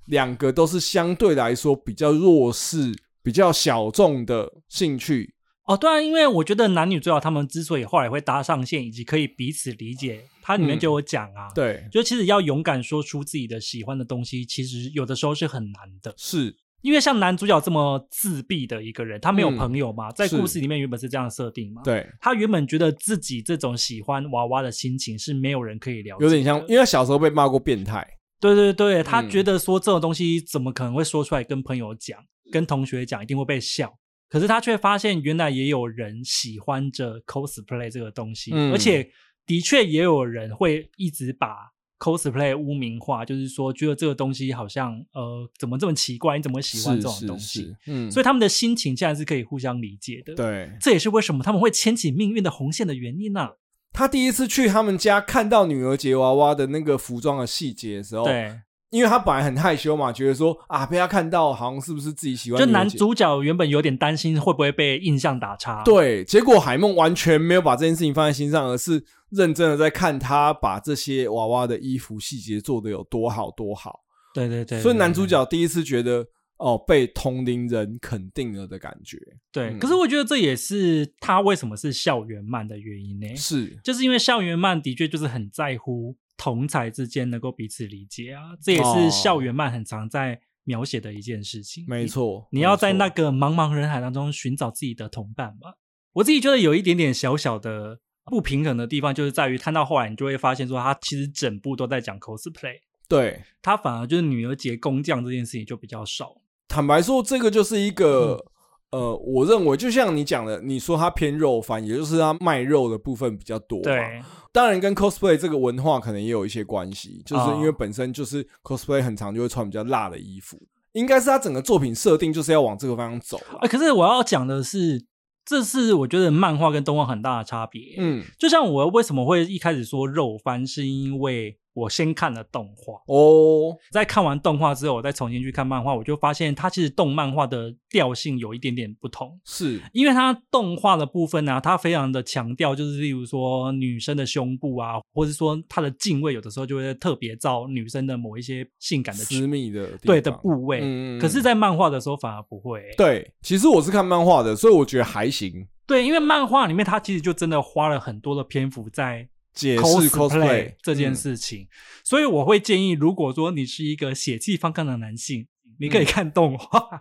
Speaker 2: 两个都是相对来说比较弱势、比较小众的兴趣，
Speaker 1: 哦，对啊，因为我觉得男女主角他们之所以后来会搭上线，以及可以彼此理解，它里面
Speaker 2: 嗯
Speaker 1: 就有讲啊，
Speaker 2: 对，
Speaker 1: 就其实要勇敢说出自己的喜欢的东西，其实有的时候是很难的。
Speaker 2: 是
Speaker 1: 因为像男主角这么自闭的一个人，他没有
Speaker 2: 嗯
Speaker 1: 朋友嘛，在
Speaker 2: 是
Speaker 1: 故事里面原本是这样的设定嘛。，
Speaker 2: 对，
Speaker 1: 他原本觉得自己这种喜欢娃娃的心情是没有人可以了解，
Speaker 2: 有点像，因为他小时候被骂过变态，
Speaker 1: 对对对，他
Speaker 2: 嗯
Speaker 1: 觉得说这种东西怎么可能会说出来跟朋友讲、跟同学讲，一定会被笑。可是他却发现，原来也有人喜欢着 cosplay 这个东西，
Speaker 2: 嗯
Speaker 1: 而且的确也有人会一直把 cosplay 污名化，就是说觉得这个东西好像呃怎么这么奇怪，你怎么会喜欢这种东西？
Speaker 2: 是，是是嗯，
Speaker 1: 所以他们的心情现在是可以互相理解的。，
Speaker 2: 对，
Speaker 1: 这也是为什么他们会牵起命运的红线的原因啊。
Speaker 2: 他第一次去他们家看到女儿节娃娃的那个服装的细节的时候，，
Speaker 1: 对，
Speaker 2: 因为他本来很害羞嘛，觉得说啊被他看到，好像是不是自己喜欢
Speaker 1: 就
Speaker 2: 女儿
Speaker 1: 男
Speaker 2: 节
Speaker 1: 主角原本有点担心会不会被印象打叉。
Speaker 2: 对，结果海梦完全没有把这件事情放在心上，而是认真的在看他把这些娃娃的衣服细节做的有多好多好。
Speaker 1: 对对对，
Speaker 2: 所以
Speaker 1: 对
Speaker 2: 男主
Speaker 1: 对
Speaker 2: 角第一次觉得哦被同龄人肯定了的感觉，
Speaker 1: 对，
Speaker 2: 嗯
Speaker 1: 可是我觉得这也是他为什么是校园漫的原因呢、
Speaker 2: 是
Speaker 1: 就是因为校园漫的确就是很在乎同才之间能够彼此理解啊，这也是
Speaker 2: 哦
Speaker 1: 校园漫很常在描写的一件事情。
Speaker 2: 没
Speaker 1: 你，
Speaker 2: 错。
Speaker 1: 你要
Speaker 2: 没错
Speaker 1: 在那个茫茫人海当中寻找自己的同伴吧。我自己觉得有一点点小小的不平衡的地方，就是在于看到后来你就会发现说，他其实整部都在讲 cosplay，
Speaker 2: 对，
Speaker 1: 他反而就是女儿节工匠这件事情就比较少。
Speaker 2: 坦白说，这个就是一个、
Speaker 1: 嗯
Speaker 2: 呃，我认为就像你讲的，你说它偏肉番，也就是它卖肉的部分比较多嘛。
Speaker 1: 对，
Speaker 2: 当然跟 cosplay 这个文化可能也有一些关系，就是
Speaker 1: 哦
Speaker 2: 因为本身就是 cosplay 很常就会穿比较辣的衣服，应该是他整个作品设定就是要往这个方向走啦
Speaker 1: 啊、可是我要讲的是，这是我觉得漫画跟动画很大的差别。，
Speaker 2: 嗯，
Speaker 1: 就像我为什么会一开始说肉番，是因为我先看了动画，
Speaker 2: 哦，
Speaker 1: 在看完动画之后，我再重新去看漫画，我就发现它其实动漫画的调性有一点点不同。
Speaker 2: 是，
Speaker 1: 因为它动画的部分呢、它非常的强调，就是例如说女生的胸部啊，或者说她的敬畏，有的时候就会特别照女生的某一些性感的
Speaker 2: 私密的地
Speaker 1: 对的
Speaker 2: 方
Speaker 1: 部位。
Speaker 2: 嗯嗯嗯
Speaker 1: 可是，在漫画的时候反而不会、欸。
Speaker 2: 对，其实我是看漫画的，所以我觉得还行，
Speaker 1: 对，因为漫画里面它其实就真的花了很多的篇幅在
Speaker 2: 解释
Speaker 1: cosplay
Speaker 2: cosplay
Speaker 1: 这件
Speaker 2: 嗯
Speaker 1: 事情，所以我会建议，如果说你是一个血气方刚的男性，你
Speaker 2: 嗯
Speaker 1: 可以看动画。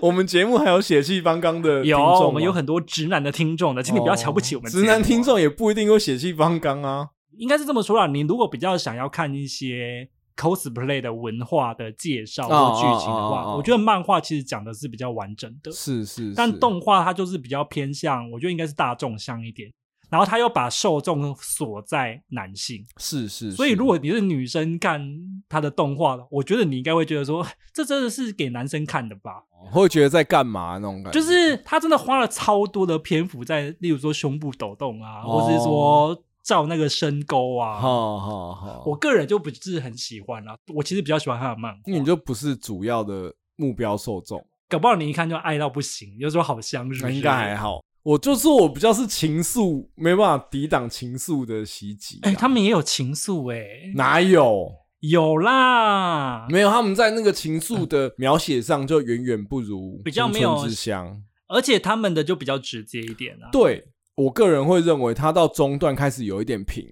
Speaker 2: 我们节目还有血气方刚的
Speaker 1: 有，
Speaker 2: 呃听众
Speaker 1: 我们
Speaker 2: 吗
Speaker 1: 有很多直男的听众的，请你不要瞧不起我们、啊
Speaker 2: 哦直男听，众也不一定会血气方刚啊。
Speaker 1: 应该是这么说啦。你如果比较想要看一些 cosplay 的文化的介绍或
Speaker 2: 哦
Speaker 1: 剧情的
Speaker 2: 哦哦
Speaker 1: 话，
Speaker 2: 哦
Speaker 1: 我觉得漫画其实讲的是比较完整的。
Speaker 2: 是是，
Speaker 1: 但
Speaker 2: 是
Speaker 1: 动画它就是比较偏向，我觉得应该是大众向一点，然后它又把受众锁在男性，
Speaker 2: 是是，
Speaker 1: 所以
Speaker 2: 是
Speaker 1: 如果你是女生看它的动画，我觉得你应该会觉得说，这真的是给男生看的吧？
Speaker 2: 哦会觉得在干嘛啊那种感觉，
Speaker 1: 就是他真的花了超多的篇幅在，例如说胸部抖动啊，
Speaker 2: 哦
Speaker 1: 或是说照那个深沟啊。
Speaker 2: 好好好，
Speaker 1: 我个人就不是很喜欢啦、我其实比较喜欢他的漫画，
Speaker 2: 因为你就不是主要的目标受众，
Speaker 1: 搞不好你一看就爱到不行，就说好香，是不是？
Speaker 2: 应该还好。我就说我比较是情愫，没办法抵挡情愫的袭击啊、
Speaker 1: 哎、他们也有情愫哎、(laughs)
Speaker 2: 哪有？
Speaker 1: 有啦，
Speaker 2: 没有，他们在那个情愫的描写上就远远不如
Speaker 1: 比较
Speaker 2: 青
Speaker 1: 没
Speaker 2: 春
Speaker 1: 有
Speaker 2: 之香。
Speaker 1: 而且他们的就比较直接一点啊。
Speaker 2: 对我个人会认为，他到中段开始有一点平。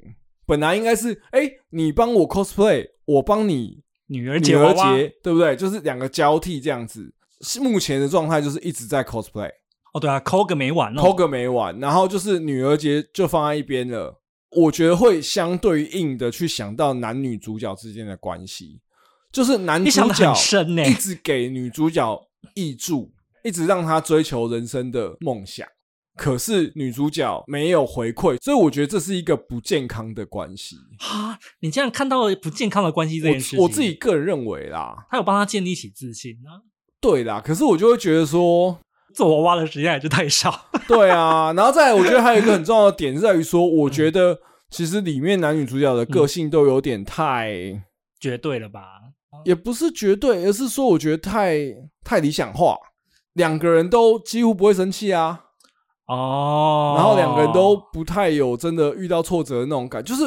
Speaker 2: 本来应该是，哎、你帮我 cosplay，我帮你
Speaker 1: 女儿
Speaker 2: 女
Speaker 1: 节娃
Speaker 2: 儿
Speaker 1: 娃，
Speaker 2: 节，对不对？就是两个交替这样子。是目前的状态就是一直在 cosplay，
Speaker 1: 哦对啊，抠个没完哦，
Speaker 2: 偷个没完，然后就是女儿节就放在一边了。我觉得会相对应的去想到男女主角之间的关系，就是男
Speaker 1: 你想
Speaker 2: 主
Speaker 1: 得
Speaker 2: 角
Speaker 1: 很深欸呢、
Speaker 2: 一直给女主角益助，一直让她追求人生的梦想。可是女主角没有回馈，所以我觉得这是一个不健康的关系。
Speaker 1: 啊！你竟然看到了不健康的关系这件事情，
Speaker 2: 我我自己个人认为啦，
Speaker 1: 他有帮他建立起自信啊。
Speaker 2: 对啦。可是我就会觉得说，
Speaker 1: 做娃娃的时间还是太少， (laughs)
Speaker 2: (laughs) 对啊。然后再来，我觉得还有一个很重要的点是在于说，我觉
Speaker 1: 嗯
Speaker 2: 得其实里面男女主角的个性都有点太，
Speaker 1: 绝对了吧？
Speaker 2: 也不是绝对，而是说我觉得太太理想化，两个人都几乎不会生气啊。
Speaker 1: 哦，
Speaker 2: 然后两个人都不太有真的遇到挫折的那种感，就是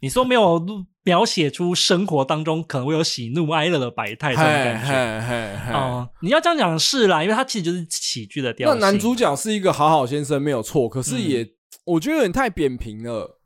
Speaker 1: 你说没有描写出生活当中可能会有喜怒哀乐的百态
Speaker 2: 嘿
Speaker 1: 这种感觉。
Speaker 2: 嘿
Speaker 1: 哦，你要这样讲是啦，因为它其实就是喜剧的调
Speaker 2: 那
Speaker 1: 性。
Speaker 2: 男主，角是一个好好先生没有错，可是
Speaker 1: 嗯
Speaker 2: 也、我觉得有点太扁平了。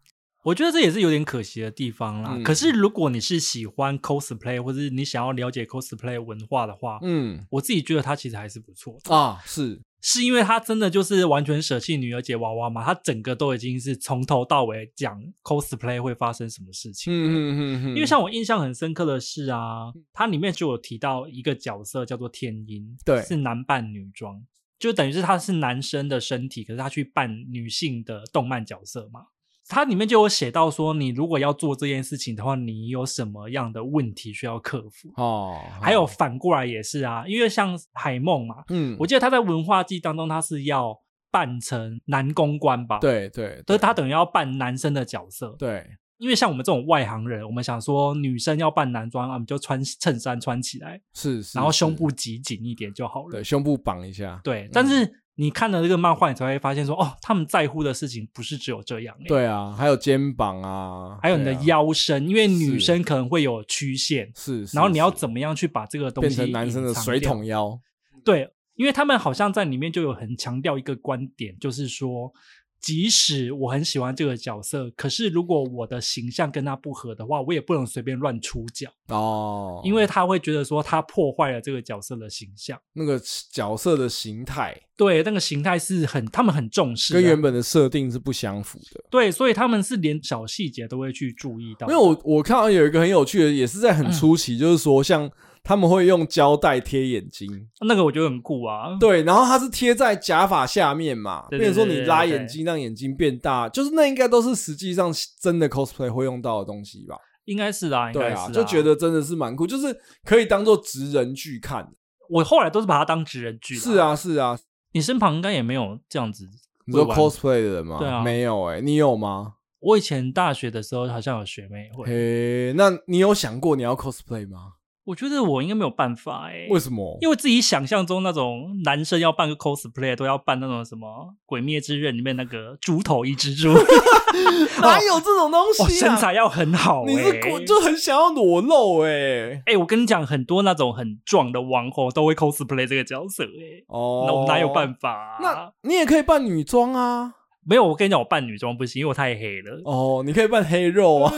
Speaker 1: 我觉得这也是有点可惜的地方啦。
Speaker 2: 嗯
Speaker 1: 可是如果你是喜欢 cosplay，或者你想要了解 cosplay 文化的话，
Speaker 2: 嗯
Speaker 1: 我自己觉得它其实还是不错的，
Speaker 2: 啊，是
Speaker 1: 是因为它真的就是完全舍弃女儿节娃娃嘛，它整个都已经是从头到尾讲 cosplay 会发生什么事情。
Speaker 2: 嗯嗯嗯嗯，
Speaker 1: 因为像我印象很深刻的是啊，它里面就有提到一个角色叫做天音，
Speaker 2: 对
Speaker 1: 是男扮女装，就等于是他是男生的身体，可是他去扮女性的动漫角色嘛。它里面就有写到说，你如果要做这件事情的话，你有什么样的问题需要克服？
Speaker 2: 哦，
Speaker 1: 还有反过来也是啊，因为像海梦嘛，
Speaker 2: 嗯，
Speaker 1: 我记得他在文化季当中他是要扮成男公关吧？，
Speaker 2: 对对
Speaker 1: 所
Speaker 2: 对
Speaker 1: 以他等于要扮男生的角色。
Speaker 2: 对
Speaker 1: 因为像我们这种外行人，我们想说女生要扮男装啊，我们就穿衬衫穿起来，
Speaker 2: 是，是
Speaker 1: 然后胸
Speaker 2: 是
Speaker 1: 部挤紧一点就好了。
Speaker 2: 对嗯胸部绑一下，
Speaker 1: 对但是你看了这个漫画，你才会发现说，哦，他们在乎的事情不是只有这样、欸，，
Speaker 2: 对啊，还有肩膀啊，
Speaker 1: 还有你的
Speaker 2: 对啊，
Speaker 1: 腰身，因为女
Speaker 2: 是
Speaker 1: 生可能会有曲线，
Speaker 2: 是，是
Speaker 1: 然后你要
Speaker 2: 是
Speaker 1: 怎么样去把这个东
Speaker 2: 变
Speaker 1: 西
Speaker 2: 成男生的
Speaker 1: 隐藏
Speaker 2: 水
Speaker 1: 掉
Speaker 2: 桶腰？
Speaker 1: 对，因为他们好像在里面就有很强调一个观点，就是说，即使我很喜欢这个角色，可是如果我的形象跟他不合的话，我也不能随便乱出脚，
Speaker 2: 哦，
Speaker 1: 因为他会觉得说他破坏了这个角色的形象。
Speaker 2: 那个角色的形态
Speaker 1: 对，那个形态是很他们很重视的，啊
Speaker 2: 跟原本的设定是不相符的。
Speaker 1: 对，所以他们是连小细节都会去注意到。
Speaker 2: 因为我我看到有一个很有趣的，也是在
Speaker 1: 嗯
Speaker 2: 很初期，就是说像他们会用胶带贴眼睛，
Speaker 1: 那个我觉得很酷啊，
Speaker 2: 对，然后它是贴在假发下面嘛，
Speaker 1: 对
Speaker 2: 变
Speaker 1: 对
Speaker 2: 成说
Speaker 1: 对
Speaker 2: 你
Speaker 1: 对
Speaker 2: 拉
Speaker 1: 对
Speaker 2: 眼睛让眼睛变大，就是那应该都是实际上真的 cosplay 会用到的东西吧？
Speaker 1: 应该是啦，应
Speaker 2: 对
Speaker 1: 该是
Speaker 2: 啊，就觉得真的是蛮酷，就是可以当做职人剧看。
Speaker 1: 我后来都是把它当职人剧。
Speaker 2: 是，啊，是啊，
Speaker 1: 你身旁应该也没有这样子。
Speaker 2: 你说
Speaker 1: 会玩
Speaker 2: cosplay 的人吗？
Speaker 1: 对啊
Speaker 2: 没有哎、你有吗？
Speaker 1: 我以前大学的时候好像有学妹会，
Speaker 2: 嘿，那你有想过你要 cosplay 吗？
Speaker 1: 我觉得我应该没有办法哎、
Speaker 2: 为什么？
Speaker 1: 因为自己想象中那种男生要扮个 cosplay 都要扮那种什么《鬼灭之刃》里面那个猪头一只猪，哇，
Speaker 2: (laughs) 哪有这种东西、啊
Speaker 1: 哦身材要很好、欸，
Speaker 2: 你是故就很想要裸露哎、
Speaker 1: 哎、我跟你讲，很多那种很壮的网红都会 cosplay 这个角色、欸，
Speaker 2: 哦
Speaker 1: 哎，那我哪有办法、啊
Speaker 2: 那你也可以扮女装啊，
Speaker 1: 没有，我跟你讲，我扮女装不行，因为我太黑了，
Speaker 2: (laughs) 哦，你可以扮黑肉
Speaker 1: (laughs)
Speaker 2: 啊，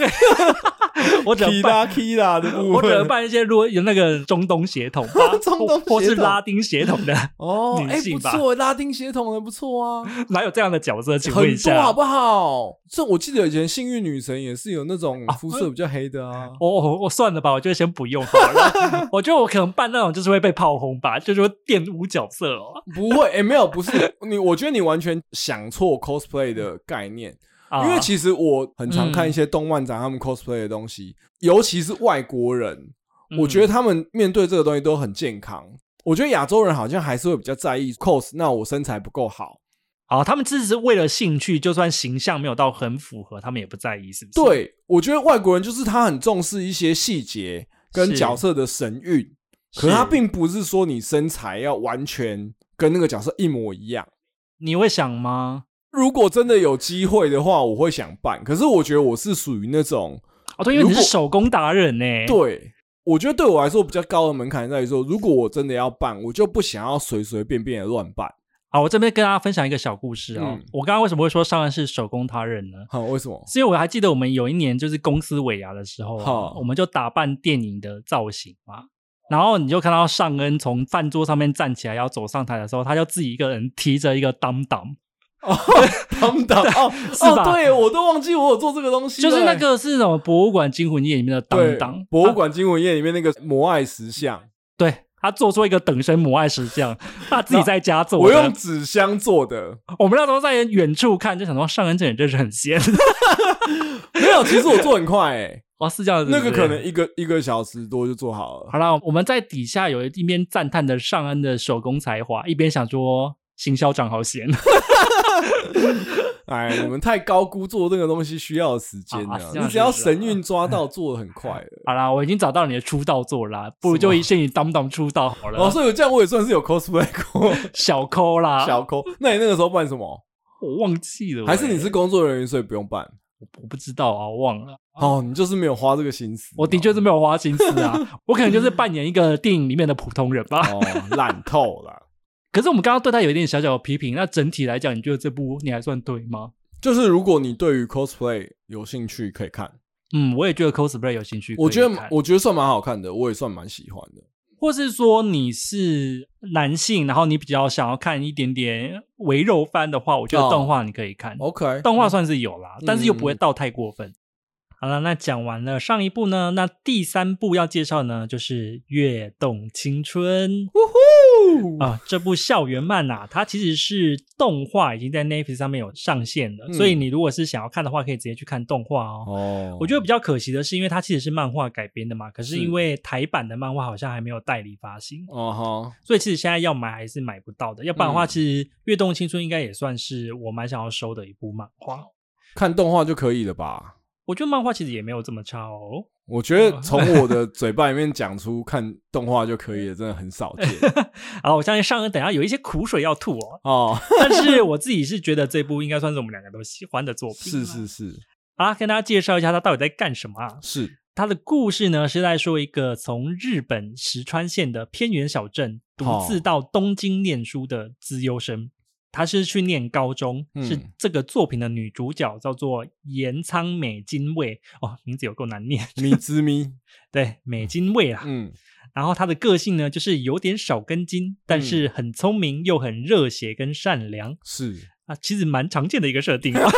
Speaker 1: 我只能
Speaker 2: 皮
Speaker 1: 扮
Speaker 2: 拉，皮拉的部
Speaker 1: 我只能
Speaker 2: 分。，
Speaker 1: 扮一些如果有那个中东血统吧
Speaker 2: (laughs) 中东
Speaker 1: 或或
Speaker 2: 血
Speaker 1: 是
Speaker 2: 统
Speaker 1: 拉丁血统的， (laughs)
Speaker 2: 哦，
Speaker 1: 女
Speaker 2: 哎、
Speaker 1: 性
Speaker 2: 不
Speaker 1: 吧
Speaker 2: 错，拉丁血统的不错啊，
Speaker 1: 哪有这样的角色？请问一
Speaker 2: 很多啊
Speaker 1: 下，
Speaker 2: 好不好？这我记得以前幸运女神也是有那
Speaker 1: 啊
Speaker 2: 种肤色比较黑的啊。
Speaker 1: 我我我算了吧，我就先不用好
Speaker 2: (laughs)
Speaker 1: 了。我觉得我可能扮那种就是会被炮轰吧，就是会玷污角色哦。
Speaker 2: 不会，哎、没有，不是你，我觉得你完全想错 cosplay 的概念，
Speaker 1: (laughs) 啊
Speaker 2: 因为其实我很常看
Speaker 1: 嗯
Speaker 2: 一些动漫展他们 cosplay 的东西，尤其是外国人，我觉得
Speaker 1: 得
Speaker 2: 他们面对这个东西都很健康。我觉得亚洲人好像还是会比较在意 cos，那我身材不够好。
Speaker 1: 啊，他们只是为了兴趣，就算形象没有到很符合，他们也不在意，是不是？，
Speaker 2: 对，我觉得外国人就是他很重视一些细节跟
Speaker 1: 是
Speaker 2: 角色的神韵，可是他并不是说你身材要完全跟那个角色一模一样。
Speaker 1: 你会想吗？
Speaker 2: 如果真的有机会的话，我会想办。可是我觉得我是属于那种，
Speaker 1: 哦，对，因为你
Speaker 2: 如
Speaker 1: 是
Speaker 2: 果
Speaker 1: 手工达人呢、，
Speaker 2: 对我觉得对我来说比较高的门槛在于说，如果我真的要办，我就不想要随随便便的乱办。
Speaker 1: 好，我这边跟大家分享一个小故事哦。
Speaker 2: 嗯
Speaker 1: 我刚刚为什么会说上岸是手工达人呢？
Speaker 2: 好、为什么？
Speaker 1: 是因为我还记得我们有一年就是公司尾牙的时候、啊
Speaker 2: 好，
Speaker 1: 我们就打扮电影的造型嘛。然后你就看到尚恩从饭桌上面站起来要走上台的时候，他就自己一个人提着一个当当，
Speaker 2: 哦，当当 (laughs) 哦
Speaker 1: 是吧
Speaker 2: 哦，对我都忘记我有做这个东西了，
Speaker 1: 就是那个是什么博物馆惊魂夜里面的当
Speaker 2: 欸对
Speaker 1: 当啊
Speaker 2: 博物
Speaker 1: 他
Speaker 2: 馆惊魂夜里面那个摩爱石像，
Speaker 1: 对他做出一个等身母爱石像，他自己在家做的。
Speaker 2: 我用纸箱做的。
Speaker 1: 我们那时候在远处看，就想说上恩这人真是很闲。
Speaker 2: 没有，其实我做很快哎、
Speaker 1: (laughs) 哦，是这样子，
Speaker 2: 那个
Speaker 1: 是不
Speaker 2: 可
Speaker 1: 是
Speaker 2: 能一个一个小时多就做好了。
Speaker 1: 好了，我们在底下有一边赞叹着尚恩的手工才华，一边想说行销长好闲
Speaker 2: 哎，我们太高估做这个东西需要的时间
Speaker 1: 啊啊
Speaker 2: 了，
Speaker 1: 是啊
Speaker 2: 你只要
Speaker 1: 是啊 (laughs)
Speaker 2: 神韵抓到，做的很快了。
Speaker 1: 好啦，我已经找到你的出道作啦，不如就以先以当当出道好了。
Speaker 2: 哦，所以我这样我也算是有 cosplay 过
Speaker 1: 小抠啦，
Speaker 2: (laughs) 小抠。那你那个时候办什么？
Speaker 1: 我忘记了欸、
Speaker 2: 还是你是工作人员，所以不用办？
Speaker 1: 我我不知道啊，我忘了。
Speaker 2: 哦，你就是没有花这个心思。哦
Speaker 1: 我的确是没有花心思啊，我可能就是扮演一个电影里面的普通人吧。
Speaker 2: 哦，懒透了。
Speaker 1: 可是我们刚刚对他有一点小小的批评，那整体来讲，你觉得这部你还算对吗？
Speaker 2: 就是如果你对于 cosplay 有兴趣，可以看。
Speaker 1: 嗯，我也觉得 cosplay 有兴趣可以看，
Speaker 2: 我觉得我觉得算蛮好看的，我也算蛮喜欢的。
Speaker 1: 或是说你是男性，然后你比较想要看一点点围肉番的话，我觉得
Speaker 2: 哦
Speaker 1: 动画你可以看，
Speaker 2: OK，
Speaker 1: 动画算是有啦，
Speaker 2: 嗯
Speaker 1: 但是又不会到太过分。好了，那讲完了上一部呢，那第三部要介绍呢就是《跃动青春》啊、这部校园漫啊，它其实是动画已经在 Netflix 上面有上线了，
Speaker 2: 嗯
Speaker 1: 所以你如果是想要看的话，可以直接去看动画哦。
Speaker 2: 哦，
Speaker 1: 我觉得比较可惜的是，因为它其实是漫画改编的嘛，可是
Speaker 2: 是
Speaker 1: 因为台版的漫画好像还没有代理发行，
Speaker 2: 哦哈，
Speaker 1: 所以其实现在要买还是买不到的。要不然的
Speaker 2: 嗯
Speaker 1: 话，其实《跃动青春》应该也算是我蛮想要收的一部漫
Speaker 2: 哦
Speaker 1: 画。
Speaker 2: 看动画就可以了吧？
Speaker 1: 我觉得漫画其实也没有这么差哦。
Speaker 2: 我觉得从我的嘴巴里面讲出看动画就可以了，真的很少
Speaker 1: (laughs)
Speaker 2: 见，
Speaker 1: 啊，我相信上恩等一下有一些苦水要吐哦
Speaker 2: 哦。
Speaker 1: 但是我自己是觉得这部应该算是我们两个都喜欢的作品。
Speaker 2: 是是是
Speaker 1: 啊，跟大家介绍一下它到底在干什么啊？
Speaker 2: 是，
Speaker 1: 它的故事呢是在说一个从日本石川县的偏远小镇独
Speaker 2: 哦
Speaker 1: 自到东京念书的资优生，她是去念高中，
Speaker 2: 嗯
Speaker 1: 是这个作品的女主角，叫做岩仓美津卫哦，名字有够难念，
Speaker 2: 迷之迷，
Speaker 1: 对，美津卫啦。
Speaker 2: 嗯，
Speaker 1: 然后她的个性呢，就是有点少根筋，
Speaker 2: 嗯
Speaker 1: 但是很聪明又很热血跟善良。
Speaker 2: 是
Speaker 1: 啊，其实蛮常见的一个设定、啊，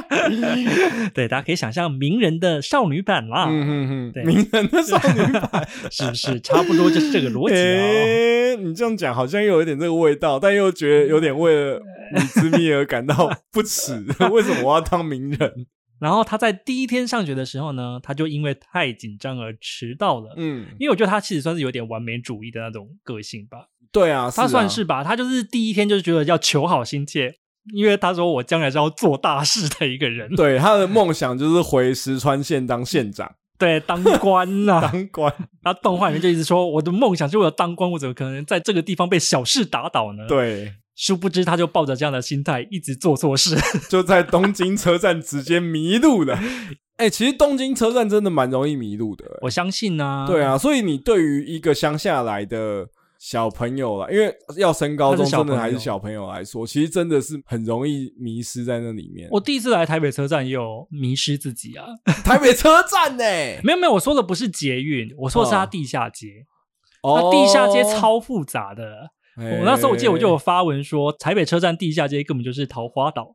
Speaker 1: (laughs) 对，大家可以想象名人的少女版啦。
Speaker 2: 嗯哼
Speaker 1: 啊对
Speaker 2: 哼，名人的少女版。
Speaker 1: 是不是差不多就是这个逻辑哦？
Speaker 2: 诶你这样讲好像又有一点这个味道，但又觉得有点为
Speaker 1: 嗯
Speaker 2: 了米之迷而感到
Speaker 1: (laughs)
Speaker 2: 不耻。为什么我要当名人？
Speaker 1: 然后他在第一天上学的时候呢，他就因为太紧张而迟到了。
Speaker 2: 嗯，
Speaker 1: 因为我觉得他其实算是有点完美主义的那种个性吧，
Speaker 2: 对啊，
Speaker 1: 他
Speaker 2: 啊
Speaker 1: 算是吧，他就是第一天就觉得要求好心切，因为他说我将来是要做大事的一个人，
Speaker 2: 对他的梦想就是回石川县当县长、
Speaker 1: 对，当官呐、
Speaker 2: 当官。
Speaker 1: 然后动画里面就一直说我的梦想是为了当官，我怎么可能在这个地方被小事打倒呢？，
Speaker 2: 对，
Speaker 1: 殊不知他就抱着这样的心态一直做错事， (laughs)
Speaker 2: 就在东京车站直接迷路 (laughs) 了。哎、其实东京车站真的蛮容易迷路的、欸
Speaker 1: 我相信呢、
Speaker 2: 对，啊，所以你对于一个乡下来的小朋友啦，因为要升高中，
Speaker 1: 他是小
Speaker 2: 真
Speaker 1: 朋友
Speaker 2: 的还是小朋友来说，其实真的是很容易迷失在那里面。
Speaker 1: 我第一次来台北车站也有迷失自己啊，
Speaker 2: (laughs)
Speaker 1: (laughs)
Speaker 2: 台北车站呢、
Speaker 1: 没有没有，我说的不是捷运，我说的是它地下街。它
Speaker 2: 嗯哦
Speaker 1: 地下街，超复杂的。
Speaker 2: 哎
Speaker 1: 我那时候我记得我就有发文说，台北车站地下街根本就是桃花岛，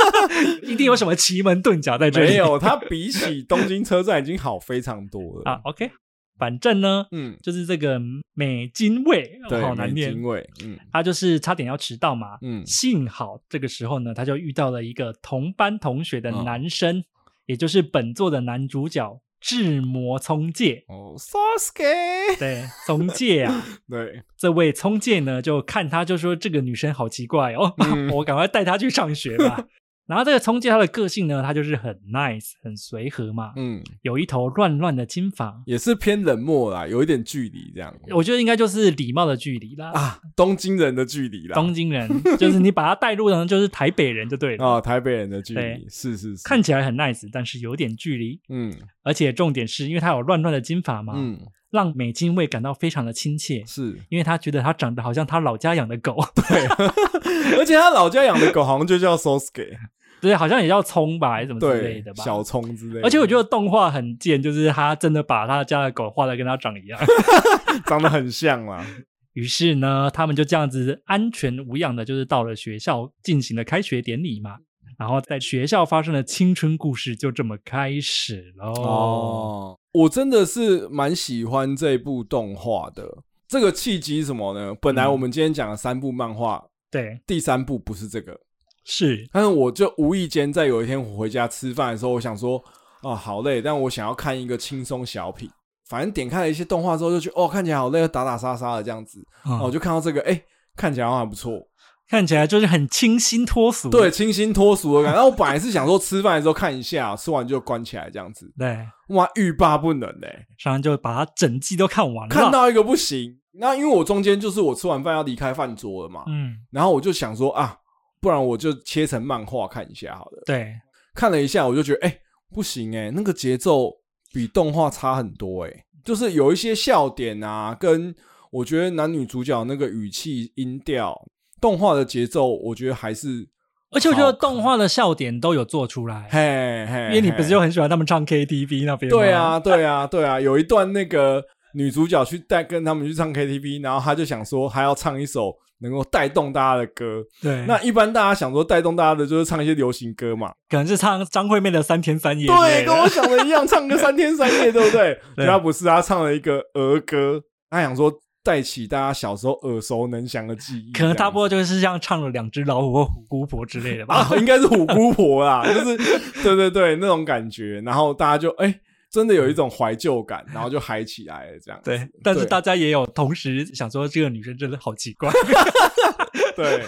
Speaker 1: (laughs) 一定有什么奇门遁甲在这里。
Speaker 2: 没有，它比起东京车站已经好非常多了。
Speaker 1: (laughs) (laughs) 啊，OK，反正呢，
Speaker 2: 嗯，
Speaker 1: 就是这个美津卫，
Speaker 2: 对，
Speaker 1: 好难
Speaker 2: 美
Speaker 1: 念
Speaker 2: 津。卫，嗯
Speaker 1: 他就是差点要迟到嘛，
Speaker 2: 嗯
Speaker 1: 幸好这个时候呢，他就遇到了一个同班同学
Speaker 2: 嗯
Speaker 1: 的男生，也就是本作的男主角志摩聪介。
Speaker 2: 哦，Sasuke，
Speaker 1: 对，聪介啊，
Speaker 2: 对，
Speaker 1: 这位聪介呢，就看他就说这个女生好奇怪哦，
Speaker 2: 嗯
Speaker 1: (laughs) 我赶快带她去上学吧。然后这个聪介他的个性呢，他就是很 nice，很随和嘛，
Speaker 2: 嗯，
Speaker 1: 有一头乱乱的金发，
Speaker 2: 也是偏冷漠啦，有一点距离这样。
Speaker 1: 我觉得应该就是礼貌的距离啦。
Speaker 2: 啊，东京人的距离啦，
Speaker 1: 东京人就是你把他带入呢，就是台北人就对
Speaker 2: (laughs)
Speaker 1: 了，
Speaker 2: 啊、台北人的距离
Speaker 1: 对
Speaker 2: 是是是，
Speaker 1: 看起来很 nice，但是有点距离。
Speaker 2: 嗯
Speaker 1: 而且重点是因为他有乱乱的金发嘛，
Speaker 2: 嗯
Speaker 1: 让美津卫感到非常的亲切，
Speaker 2: 是，
Speaker 1: 因为他觉得他长得好像他老家养的狗， (laughs)
Speaker 2: 而且他老家养的狗好像就叫 Sosuke，
Speaker 1: 对，好像也叫葱吧，还是什么 (laughs) 之类
Speaker 2: 对
Speaker 1: 的，吧，
Speaker 2: 小葱之类的，
Speaker 1: 而且我觉得动画很
Speaker 2: (laughs)
Speaker 1: 贱，就是他真的把他家的狗画的跟他长一样。
Speaker 2: 得长得很像啦。
Speaker 1: 于是呢，他们就这样子安全无恙的，就是到了学校进行了开学典礼嘛。然后在学校发生的青春故事就这么开始喽。
Speaker 2: 哦，我真的是蛮喜欢这部动画的。这个契机是什么呢？本
Speaker 1: 嗯
Speaker 2: 来我们今天讲的三部漫画，
Speaker 1: 对，
Speaker 2: 第三部不是这个，
Speaker 1: 是
Speaker 2: 但是我就无意间在有一天我回家吃饭的时候，我想说，啊，好累，但我想要看一个轻松小品。反正点开了一些动画之后，就觉得哦，看起来好累，打打杀杀的这样子。
Speaker 1: 嗯
Speaker 2: 哦，我就看到这个，哎、看起来好像还不错，
Speaker 1: 看起来就是很清新脱俗。
Speaker 2: 对，清新脱俗的感觉。然后我本来是想说吃饭的时候看一下，吃完就关起来这样子。
Speaker 1: 对，
Speaker 2: 哇，欲罢不能嘞、
Speaker 1: 上来就把它整季都看完了。
Speaker 2: 看，到一个不行。那因为我中间就是我吃完饭要离开饭桌了嘛，
Speaker 1: 嗯，
Speaker 2: 然后我就想说啊，不然我就切成漫画看一下好了。
Speaker 1: 对，
Speaker 2: 看了一下，我就觉得哎、不行哎、那个节奏比动画差很多哎、就是有一些笑点啊，跟我觉得男女主角那个语气音调，动画的节奏，我觉得还是
Speaker 1: 而且我觉
Speaker 2: 好
Speaker 1: 得
Speaker 2: 看
Speaker 1: 动画的笑点都有做出来，
Speaker 2: 嘿嘿，
Speaker 1: 因为你不是
Speaker 2: 嘿
Speaker 1: 就很喜欢他们唱 KTV 那边吗？
Speaker 2: 对啊，对啊， (laughs) 对啊，有一段那个女主角去带跟他们去唱 KTV，然后她就想说，还要唱一首能够带动大家的歌。
Speaker 1: 对，
Speaker 2: 那一般大家想说带动大家的就是唱一些流行歌嘛，
Speaker 1: 可能是唱张惠妹的《三天三夜》之类
Speaker 2: 对，
Speaker 1: 的
Speaker 2: 跟我想的一样，唱个三天三夜，对不对？
Speaker 1: (laughs) 对
Speaker 2: 人家不是，她唱了一个儿歌，她想说带起大家小时候耳熟能详的记忆，
Speaker 1: 可能
Speaker 2: 这
Speaker 1: 大
Speaker 2: 样
Speaker 1: 不多就是像唱了两只老虎或虎姑婆之类的吧
Speaker 2: 啊，。应该是虎姑婆啦， (laughs) 就是对对对那种感觉，然后大家就哎、真的有一种怀旧感，然后就嗨起来了，这样子
Speaker 1: 对， (laughs) 但是
Speaker 2: (laughs) 对
Speaker 1: 大家也有同时想说，这个女生真的好奇
Speaker 2: (laughs)
Speaker 1: 怪。 (laughs)
Speaker 2: 对，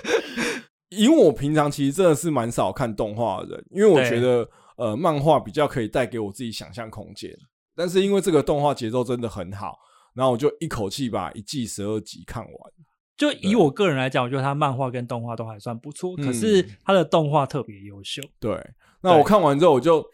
Speaker 2: 因为我平常其实真的是蛮少看动画的人，因为我觉得呃，漫画比较可以带给我自己想象空间。但是因为这个动画节奏真的很好，然后我就一口气把一季十二集看完。
Speaker 1: 就以我个人来讲，我觉得她漫画跟动画都还算不错，
Speaker 2: 嗯
Speaker 1: 可是她的动画特别优秀。
Speaker 2: 对，那我
Speaker 1: 对
Speaker 2: 看完之后，我就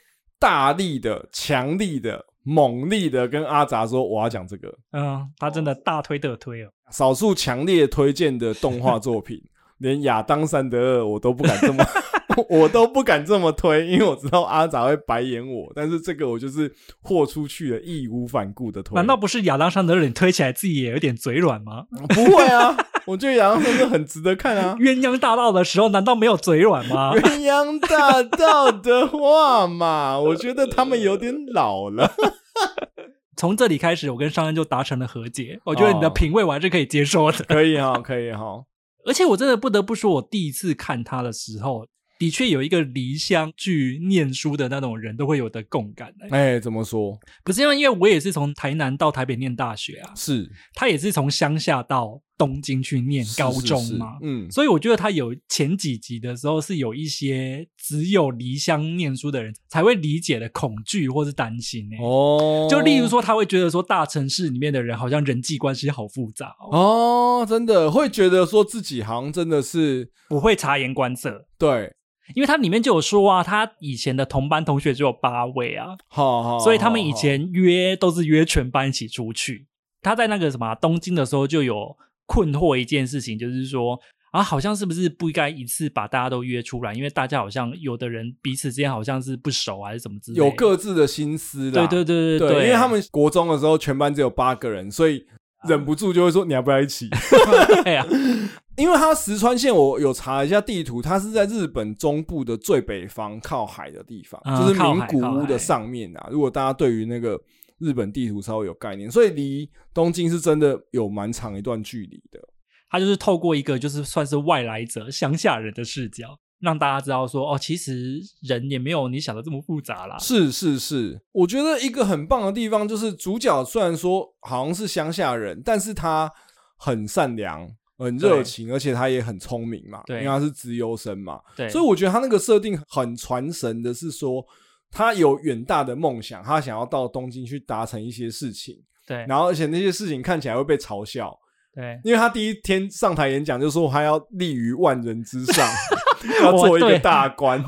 Speaker 2: 大力的、强力的、猛力的跟阿杂说，我要讲这个。
Speaker 1: 嗯，她真的大推特推哦。
Speaker 2: 少数强烈推荐的动画作品， (laughs) 连亚当·山德尔我都不敢这么， (laughs) 我都不敢这么推，因为我知道阿杂会白眼我。但是这个我就是豁出去了，义无反顾的推。
Speaker 1: 难
Speaker 2: (laughs)
Speaker 1: 道不是亚当·山德尔推起来自己也有点嘴软吗？
Speaker 2: 不会啊？我觉得亚当·山德尔很值得
Speaker 1: (laughs)
Speaker 2: 看啊。
Speaker 1: 鸳鸯大道的时候，难道没有嘴软吗？ (laughs)
Speaker 2: 鸳鸯大道的话嘛，我觉得他们有点
Speaker 1: (laughs)
Speaker 2: 老了。
Speaker 1: 从这里开始，我跟商恩就达成了和解。我觉得你的
Speaker 2: 哦
Speaker 1: 品味我还是可以接受的。
Speaker 2: 可以哈，可以哈。
Speaker 1: 而且我真的不得不说，我第一次看他的时候，的确有一个离乡去念书的那种人都会有的共感、欸。
Speaker 2: 哎、怎么说？
Speaker 1: 不是因为，因为我也是从台南到台北念大学啊，
Speaker 2: 是
Speaker 1: 他也是从乡下到东京去念高中
Speaker 2: 是是
Speaker 1: 嘛。
Speaker 2: 嗯，
Speaker 1: 所以我觉得他有前几集的时候是有一些只有离乡念书的人才会理解的恐惧或是担心、欸、
Speaker 2: 哦，
Speaker 1: 就例如说，他会觉得说大城市里面的人好像人际关系好复杂、哦，
Speaker 2: 哦，真的会觉得说自己好像真的是
Speaker 1: 不会察言观色。
Speaker 2: 对，
Speaker 1: 因为他里面就有说啊，他以前的同班同学只有八位啊，
Speaker 2: 好好，
Speaker 1: 所以他们
Speaker 2: 好
Speaker 1: 以前约都是约全班一起出去。他在那个什么啊东京的时候就有困惑一件事情，就是说啊，好像是不是不应该一次把大家都约出来，因为大家好像有的人彼此之间好像是不熟啊还是什么之类的。
Speaker 2: 有各自的心思
Speaker 1: 对
Speaker 2: 啦，
Speaker 1: 对对
Speaker 2: 对
Speaker 1: 对，
Speaker 2: 因为他们国中的时候全班只有八个人，所以
Speaker 1: 啊
Speaker 2: 忍不住就会说你要不要一起？ (laughs)
Speaker 1: 对啊，
Speaker 2: 因为它石川县我有查一下地图，它是在日本中部的最北方靠海的地方，
Speaker 1: 啊
Speaker 2: 就是
Speaker 1: 靠
Speaker 2: 名
Speaker 1: 海
Speaker 2: 古
Speaker 1: 靠
Speaker 2: 屋的
Speaker 1: 海
Speaker 2: 上面啊。如果大家对于那个日本地图稍微有概念，所以离东京是真的有蛮长一段距离的。
Speaker 1: 他就是透过一个就是算是外来者乡下人的视角，让大家知道说哦，其实人也没有你想的这么复杂啦。
Speaker 2: 是是是，我觉得一个很棒的地方就是主角虽然说好像是乡下人，但是他很善良、很热
Speaker 1: 对
Speaker 2: 情，而且他也很聪明嘛，因
Speaker 1: 对
Speaker 2: 为他是资优生嘛，
Speaker 1: 对，
Speaker 2: 所以我觉得他那个设定很传神的是说，他有远大的梦想，他想要到东京去达成一些事情，
Speaker 1: 对
Speaker 2: 然后而且那些事情看起来会被嘲笑，
Speaker 1: 对，
Speaker 2: 因为他第一天上台演讲就说他要立于万人之
Speaker 1: (laughs)
Speaker 2: 上， (laughs) 要做一
Speaker 1: 我
Speaker 2: 个
Speaker 1: 对
Speaker 2: 大官，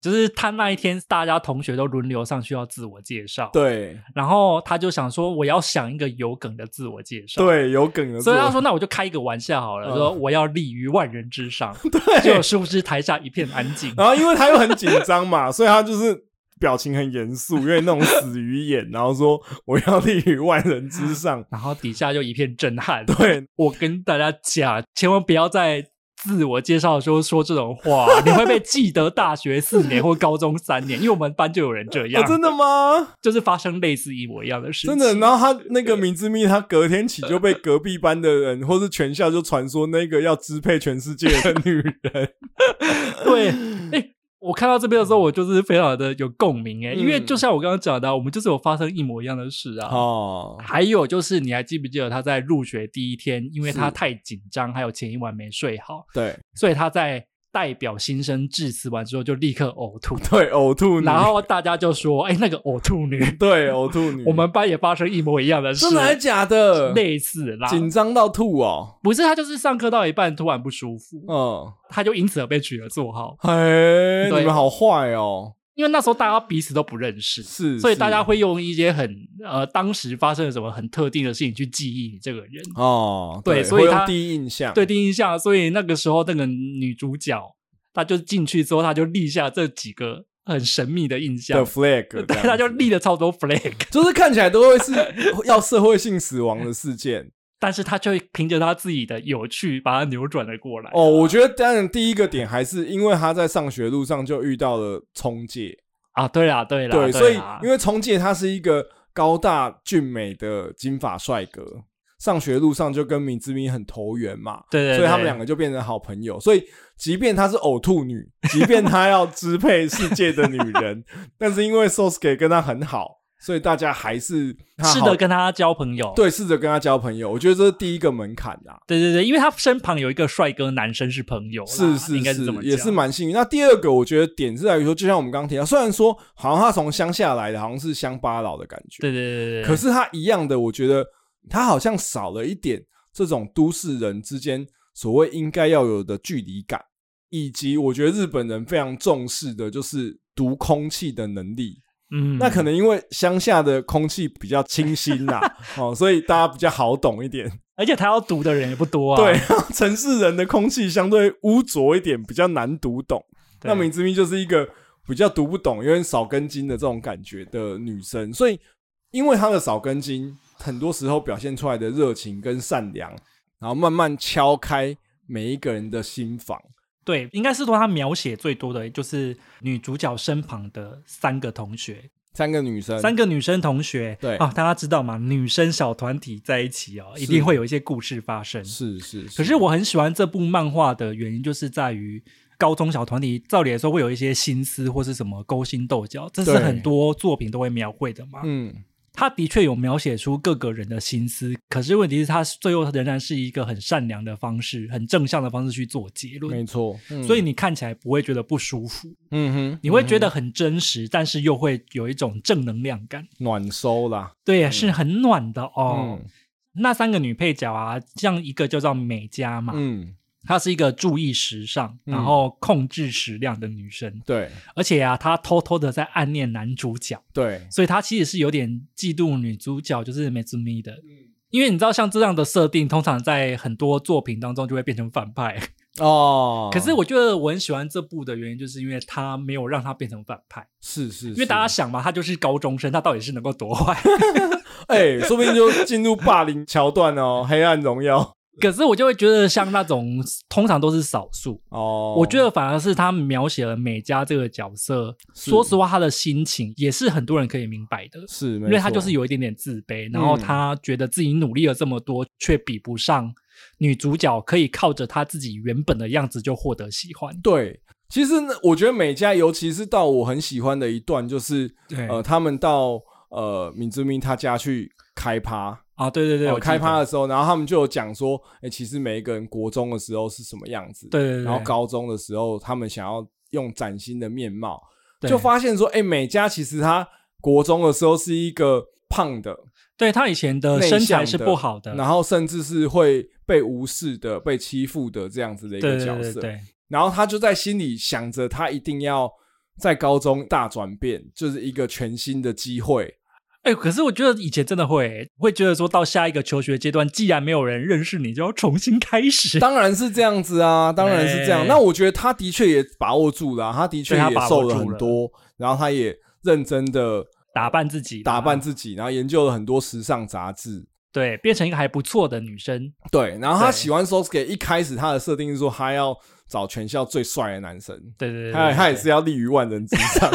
Speaker 1: 就是他那一天大家同学都轮流上去要自我介绍，，
Speaker 2: 对
Speaker 1: (laughs) 然后他就想说我要想一个有梗的自我介绍，。
Speaker 2: 对，有梗的，
Speaker 1: 所以他说：“那我就开一个玩笑好了，
Speaker 2: 嗯
Speaker 1: 说我要立于万人之上。”
Speaker 2: (laughs) 对，嗯
Speaker 1: 结果殊不知台下一片安静。
Speaker 2: 然后因为他又很紧张嘛，所以他就是表情很严肃，因为那种死鱼眼，然后说我要立于万人之上。
Speaker 1: 然后底下就一片震撼。
Speaker 2: 对，
Speaker 1: 我跟大家讲，千万不要在自我介绍的时候说这种话，你会被记得大学四年或高中三年，因为我们班就有人这样，
Speaker 2: 哦，真的吗？
Speaker 1: 就是发生类似一模一样的事情。
Speaker 2: 真的。然后他那个明之密，他隔天起就被隔壁班的人或是全校就传说那个要支配全世界的女
Speaker 1: (laughs)
Speaker 2: 人。
Speaker 1: 对，哎、我看到这边的时候，我就是非常的有共鸣哎、因为
Speaker 2: 嗯
Speaker 1: 就像我刚刚讲的啊，我们就是有发生一模一样的事啊。
Speaker 2: 哦，
Speaker 1: 还有就是，你还记不记得他在入学第一天，因为他
Speaker 2: 是
Speaker 1: 太紧张，还有前一晚没睡好，
Speaker 2: 对
Speaker 1: 所以他在代表新生致辞完之后就立刻呕
Speaker 2: (laughs)
Speaker 1: 吐，
Speaker 2: 对，呕吐女，
Speaker 1: 然后大家就说：“哎、那个呕吐女，
Speaker 2: 对呕吐女，
Speaker 1: 我们班也发生一模一样的事，
Speaker 2: 嗯真的还假的？
Speaker 1: 类似啦。
Speaker 2: 紧张到吐哦。
Speaker 1: 不是他就是上课到一半突然不舒服，
Speaker 2: 嗯，
Speaker 1: 他就因此而被取了座号，
Speaker 2: 嘿，
Speaker 1: 对
Speaker 2: 你们好坏哦。
Speaker 1: 因为那时候大家彼此都不认识，
Speaker 2: 是，
Speaker 1: 所以大
Speaker 2: 是
Speaker 1: 家会用一些很呃当时发生了什么很特定的事情去记忆你这个人，
Speaker 2: 哦，
Speaker 1: 对
Speaker 2: 对，
Speaker 1: 所以
Speaker 2: 会用
Speaker 1: 他
Speaker 2: 第一印象，
Speaker 1: 对第一印象。所以那个时候那个女主角，她就进去之后，她就立下这几个很神秘的印
Speaker 2: 的
Speaker 1: 象，
Speaker 2: flag，
Speaker 1: 对，
Speaker 2: 这样
Speaker 1: 她就
Speaker 2: 子
Speaker 1: 立了超多 flag，
Speaker 2: (laughs) 就是看起来都会是要社会性死亡的
Speaker 1: (laughs)
Speaker 2: 事件
Speaker 1: 但是她却凭着她自己的有趣把它扭转了过来。
Speaker 2: 哦。我觉得当然第一个点还是因为他在上学路上就遇到了冲介，
Speaker 1: 啊，对啦，对啦，
Speaker 2: 对，
Speaker 1: 对啊
Speaker 2: 所以
Speaker 1: 啦
Speaker 2: 因为冲介他是一个高大俊美的金发帅哥，上学路上就跟米之明很投缘嘛，
Speaker 1: 对对，
Speaker 2: 所以他们两
Speaker 1: 个
Speaker 2: 个就变成好朋友。所以，即便她是呕吐
Speaker 1: (laughs)
Speaker 2: 女，即便她要支配世界的女人，但是因为 Sosuke 跟她很好，所以大家还是她好
Speaker 1: 试着跟她交朋友。
Speaker 2: 对试着跟她交朋友。我觉得这是第一个门槛啊啦，
Speaker 1: 对对对，因为她身旁有一个帅哥男生是朋友啦，
Speaker 2: 是是
Speaker 1: 应该是
Speaker 2: 是
Speaker 1: 这么，
Speaker 2: 也
Speaker 1: 讲
Speaker 2: 是蛮幸运。那第二个，我觉得点是在于说，就像我们刚刚提到，虽然说好像她从乡下来的，好像是乡巴佬的感觉，
Speaker 1: 对对对对对。
Speaker 2: 可是他一样的，我觉得他好像少了一点这种都市人之间所谓应该要有的距离感，以及我觉得日本人非常重视的就是读空气的能力。
Speaker 1: 嗯，
Speaker 2: 那可能因为乡下的空气比较清新啦、
Speaker 1: (laughs)
Speaker 2: 哦，所以大家比较好懂一点。 (laughs)
Speaker 1: 而且他要读的人也不多啊。
Speaker 2: 对，然后城市人的空气相对污浊一点，比较难读懂。
Speaker 1: 对
Speaker 2: 那明之咪就是一个比较读不懂、有点少根筋的这种感觉的女生，所以因为她的少根筋，很多时候表现出来的热情跟善良，然后慢慢敲开每一个人的心房。
Speaker 1: 对，应该是说他描写最多的就是女主角身旁的三个同学，
Speaker 2: 三个女生，
Speaker 1: 三个女生同学。
Speaker 2: 嗯对
Speaker 1: 啊，大家知道吗？女生小团体在一起哦，一定会有一些故事发生。
Speaker 2: 是是，
Speaker 1: 可是我很喜欢这部漫画的原因，就是在于高中小团体，照理来说会有一些心思或是什么勾心斗角，这是
Speaker 2: 对
Speaker 1: 很多作品都会描绘的嘛。
Speaker 2: 嗯，
Speaker 1: 他的确有描写出各个人的心思，可是问题是，他最后仍然是一个很善良的方式，很正向的方式去做结论
Speaker 2: 没，错，嗯
Speaker 1: 所以你看起来不会觉得不舒服，
Speaker 2: 嗯哼，
Speaker 1: 你会
Speaker 2: 嗯
Speaker 1: 觉得很真实，但是又会有一种正能量感，
Speaker 2: 暖收啦，
Speaker 1: 对，是很暖的哦。
Speaker 2: 嗯
Speaker 1: 那三个女配角啊，像一个叫做美嘉嘛，
Speaker 2: 嗯，
Speaker 1: 她是一个注意时尚，
Speaker 2: 嗯
Speaker 1: 然后控制食量的女生，
Speaker 2: 对
Speaker 1: 而且啊，她偷偷的在暗恋男主角。
Speaker 2: 对，
Speaker 1: 所以他其实是有点嫉妒女主角，就是美姿咪的。
Speaker 2: 嗯
Speaker 1: 因为你知道，像这样的设定，通常在很多作品当中就会变成反派。
Speaker 2: 哦，
Speaker 1: 可是我觉得我很喜欢这部的原因，就是因为他没有让他变成反派。
Speaker 2: 是是，
Speaker 1: 因为大家
Speaker 2: 是
Speaker 1: 想嘛，他就是高中生，他到底是能够多坏？ (laughs)
Speaker 2: 哎，说不定就进入霸凌桥段哦， (laughs) 黑暗荣耀
Speaker 1: 可是我就会觉得，像那种通常都是少数。
Speaker 2: 哦，
Speaker 1: 我觉得反而是他描写了美嘉这个角色，
Speaker 2: 是
Speaker 1: 说实话，他的心情也是很多人可以明白的。
Speaker 2: 是，因
Speaker 1: 因为他就是有一点点自卑，然后他
Speaker 2: 嗯
Speaker 1: 觉得自己努力了这么多，却比不上女主角，可以靠着她自己原本的样子就获得喜欢。
Speaker 2: 对，其实呢，我觉得美嘉，尤其是到我很喜欢的一段，就是
Speaker 1: 对
Speaker 2: 呃，他们到呃敏之明他家去开趴，
Speaker 1: 啊，对对对，
Speaker 2: 呃
Speaker 1: 我记得
Speaker 2: 开趴，的时候，然后他们就有讲说，哎、其实每一个人国中的时候是什么样子，
Speaker 1: 对对对，
Speaker 2: 然后高中的时候他们想要用崭新的面貌，
Speaker 1: 对
Speaker 2: 就发现说，哎、美嘉其实她国中的时候是一个胖的，
Speaker 1: 对她以前的
Speaker 2: 内
Speaker 1: 呃身材
Speaker 2: 向
Speaker 1: 是
Speaker 2: 的
Speaker 1: 不好的，
Speaker 2: 然后甚至是会被无视的、被欺负的这样子的一
Speaker 1: 对
Speaker 2: 个
Speaker 1: 对
Speaker 2: 角
Speaker 1: 对
Speaker 2: 色。
Speaker 1: 对
Speaker 2: 然后他就在心里想着，他一定要在高中大转变，就是一个全新的机
Speaker 1: (laughs)
Speaker 2: 会。
Speaker 1: 哎、可是我觉得以前真的会会觉得说到下一个求学阶段，既然没有人认识你，就要重新开始。
Speaker 2: 当然是这样
Speaker 1: (laughs)
Speaker 2: 子啊，当然是这样。
Speaker 1: 哎
Speaker 2: 那我觉得他的确也把握住了啊、他的确
Speaker 1: 对他
Speaker 2: 也
Speaker 1: 把握
Speaker 2: 瘦了
Speaker 1: 住
Speaker 2: 很
Speaker 1: 了
Speaker 2: 多，然后他也认真的
Speaker 1: 打扮自己，
Speaker 2: 打扮自
Speaker 1: 啊
Speaker 2: 己，然后研究了很多时尚杂志。
Speaker 1: 对，变成一个还不错的女生。
Speaker 2: 对，然后他
Speaker 1: 对
Speaker 2: 喜欢 Sosuke，一开始他的设定是说他要找全校最帅的男生，
Speaker 1: 对对对对
Speaker 2: 他
Speaker 1: 对
Speaker 2: 他也是要立于万人之上。